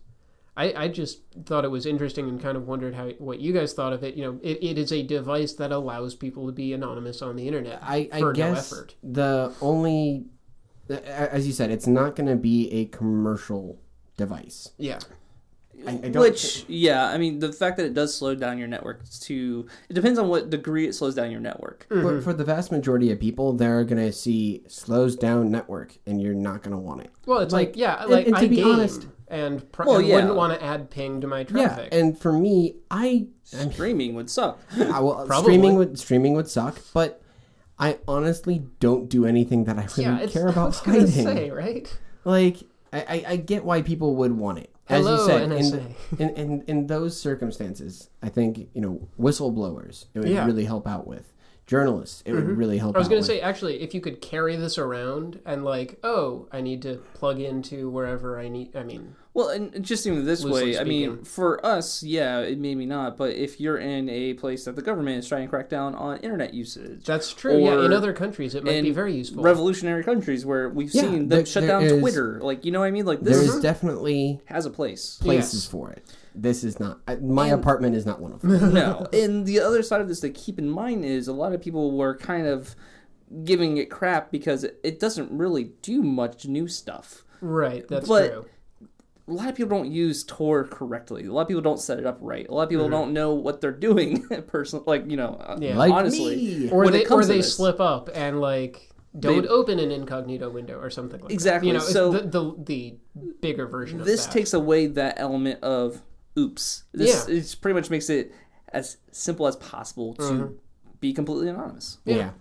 S2: I, I just thought it was interesting and kind of wondered how what you guys thought of it. You know, it, it is a device that allows people to be anonymous on the internet.
S1: I, I
S2: for no
S1: guess
S2: effort.
S1: the only, a- as you said, it's not going to be a commercial device.
S2: yeah,
S1: I, I don't
S3: Which, yeah, I mean, the fact that it does slow down your network to it depends on what degree it slows down your network.
S2: Mm-hmm.
S1: for, for the vast majority of people, they're going to see slows down network, and you're not going to want it.
S2: well, it's like, yeah,
S1: and-
S2: like
S1: and to
S2: I
S1: be
S2: game
S1: honest-
S2: and, pr-
S3: Well,
S2: and
S3: yeah.
S2: wouldn't want to add ping to my traffic.
S1: Yeah, and for me, I, I mean,
S3: Streaming would suck.
S1: I will,
S2: Probably.
S1: streaming would streaming would suck, but I honestly don't do anything that I really
S2: yeah, it's,
S1: care
S2: I
S1: about
S2: was gonna
S1: hiding.
S2: say, right?
S1: Like I, I, I get why people would want it. As
S2: Hello,
S1: you said,
S2: NSA.
S1: in, in, in in those circumstances, I think you know whistleblowers it would
S2: Yeah. Mm-hmm.
S1: really help out with journalists. It would really help.
S2: I was
S1: out
S2: gonna
S1: with.
S2: say actually, if you could carry this around and like, oh, I need to plug into wherever I need. I mean,
S3: Well, and and just even this
S2: Loosely
S3: way, I mean,
S2: speaking.
S3: for us, yeah, it maybe not, but if you're in a place that the government is trying to crack down on internet usage,
S2: that's true. yeah, in
S3: Or
S2: other countries, it might
S3: in
S2: be very useful.
S3: revolutionary countries where we've
S1: Yeah,
S3: seen them
S1: there-
S3: shut
S1: there
S3: down
S1: is-
S3: Twitter, like you know what I mean, like
S1: there
S3: this
S1: is definitely
S3: has a place.
S1: places
S2: Yes.
S1: for it. This is not I, my apartment is not one of them.
S3: no. And the other side of this to keep in mind is a lot of people were kind of giving it crap because it doesn't really do much new stuff.
S2: Right, that's
S3: But-
S2: true.
S3: A lot of people don't use Tor correctly. A lot of people don't set it up right. A lot of people don't know what they're doing. Person, like you know, uh,
S2: Mm-hmm. Yeah.
S1: Like
S3: honestly,
S1: me.
S2: Or
S3: when
S2: they
S3: it comes
S2: or
S3: to
S2: they
S3: this-
S2: slip up and like don't
S3: They-
S2: open an incognito window or something like
S3: Exactly,
S2: that. You know, it's
S3: so-
S2: the, the the bigger version
S3: This
S2: of that.
S3: takes away that element of oops. This
S2: Yeah.
S3: it pretty much makes it as simple as possible to
S2: Mm-hmm.
S3: be completely anonymous.
S1: Yeah.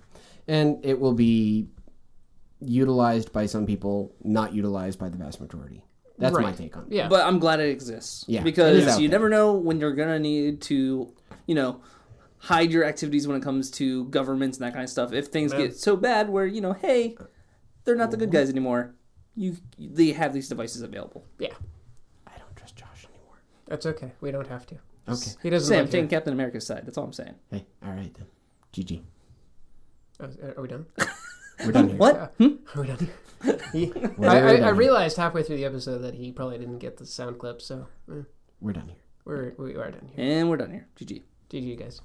S1: And it will be utilized by some people, not utilized by the vast majority. That's my
S2: Right.
S1: take on it.
S2: yeah.
S3: But I'm glad it exists.
S1: Yeah, it is
S3: Because
S1: out
S3: you
S1: there.
S3: never know when you're gonna need to, you know, hide your activities when it comes to governments and that kind of stuff. If things
S2: Man.
S3: get so bad where you know, hey, they're not the good guys anymore. You they have these devices available.
S2: yeah.
S1: I don't trust Josh anymore.
S2: That's okay. We don't have to.
S1: Okay.
S2: He doesn't
S3: Sam,
S2: like
S3: taking
S2: it.
S3: Captain America's side. That's all I'm saying.
S1: Hey, all right then. GG.
S2: Oh, Are we done?
S1: We're done here.
S3: What? Hmm?
S2: Are we done? He-
S1: We're,
S2: I, I,
S1: done
S2: I
S1: here.
S2: realized halfway through the episode that he probably didn't get the sound clip, so eh,
S1: We're done here.
S2: we're we are done here.
S3: And we're done here. GG.
S2: GG, guys.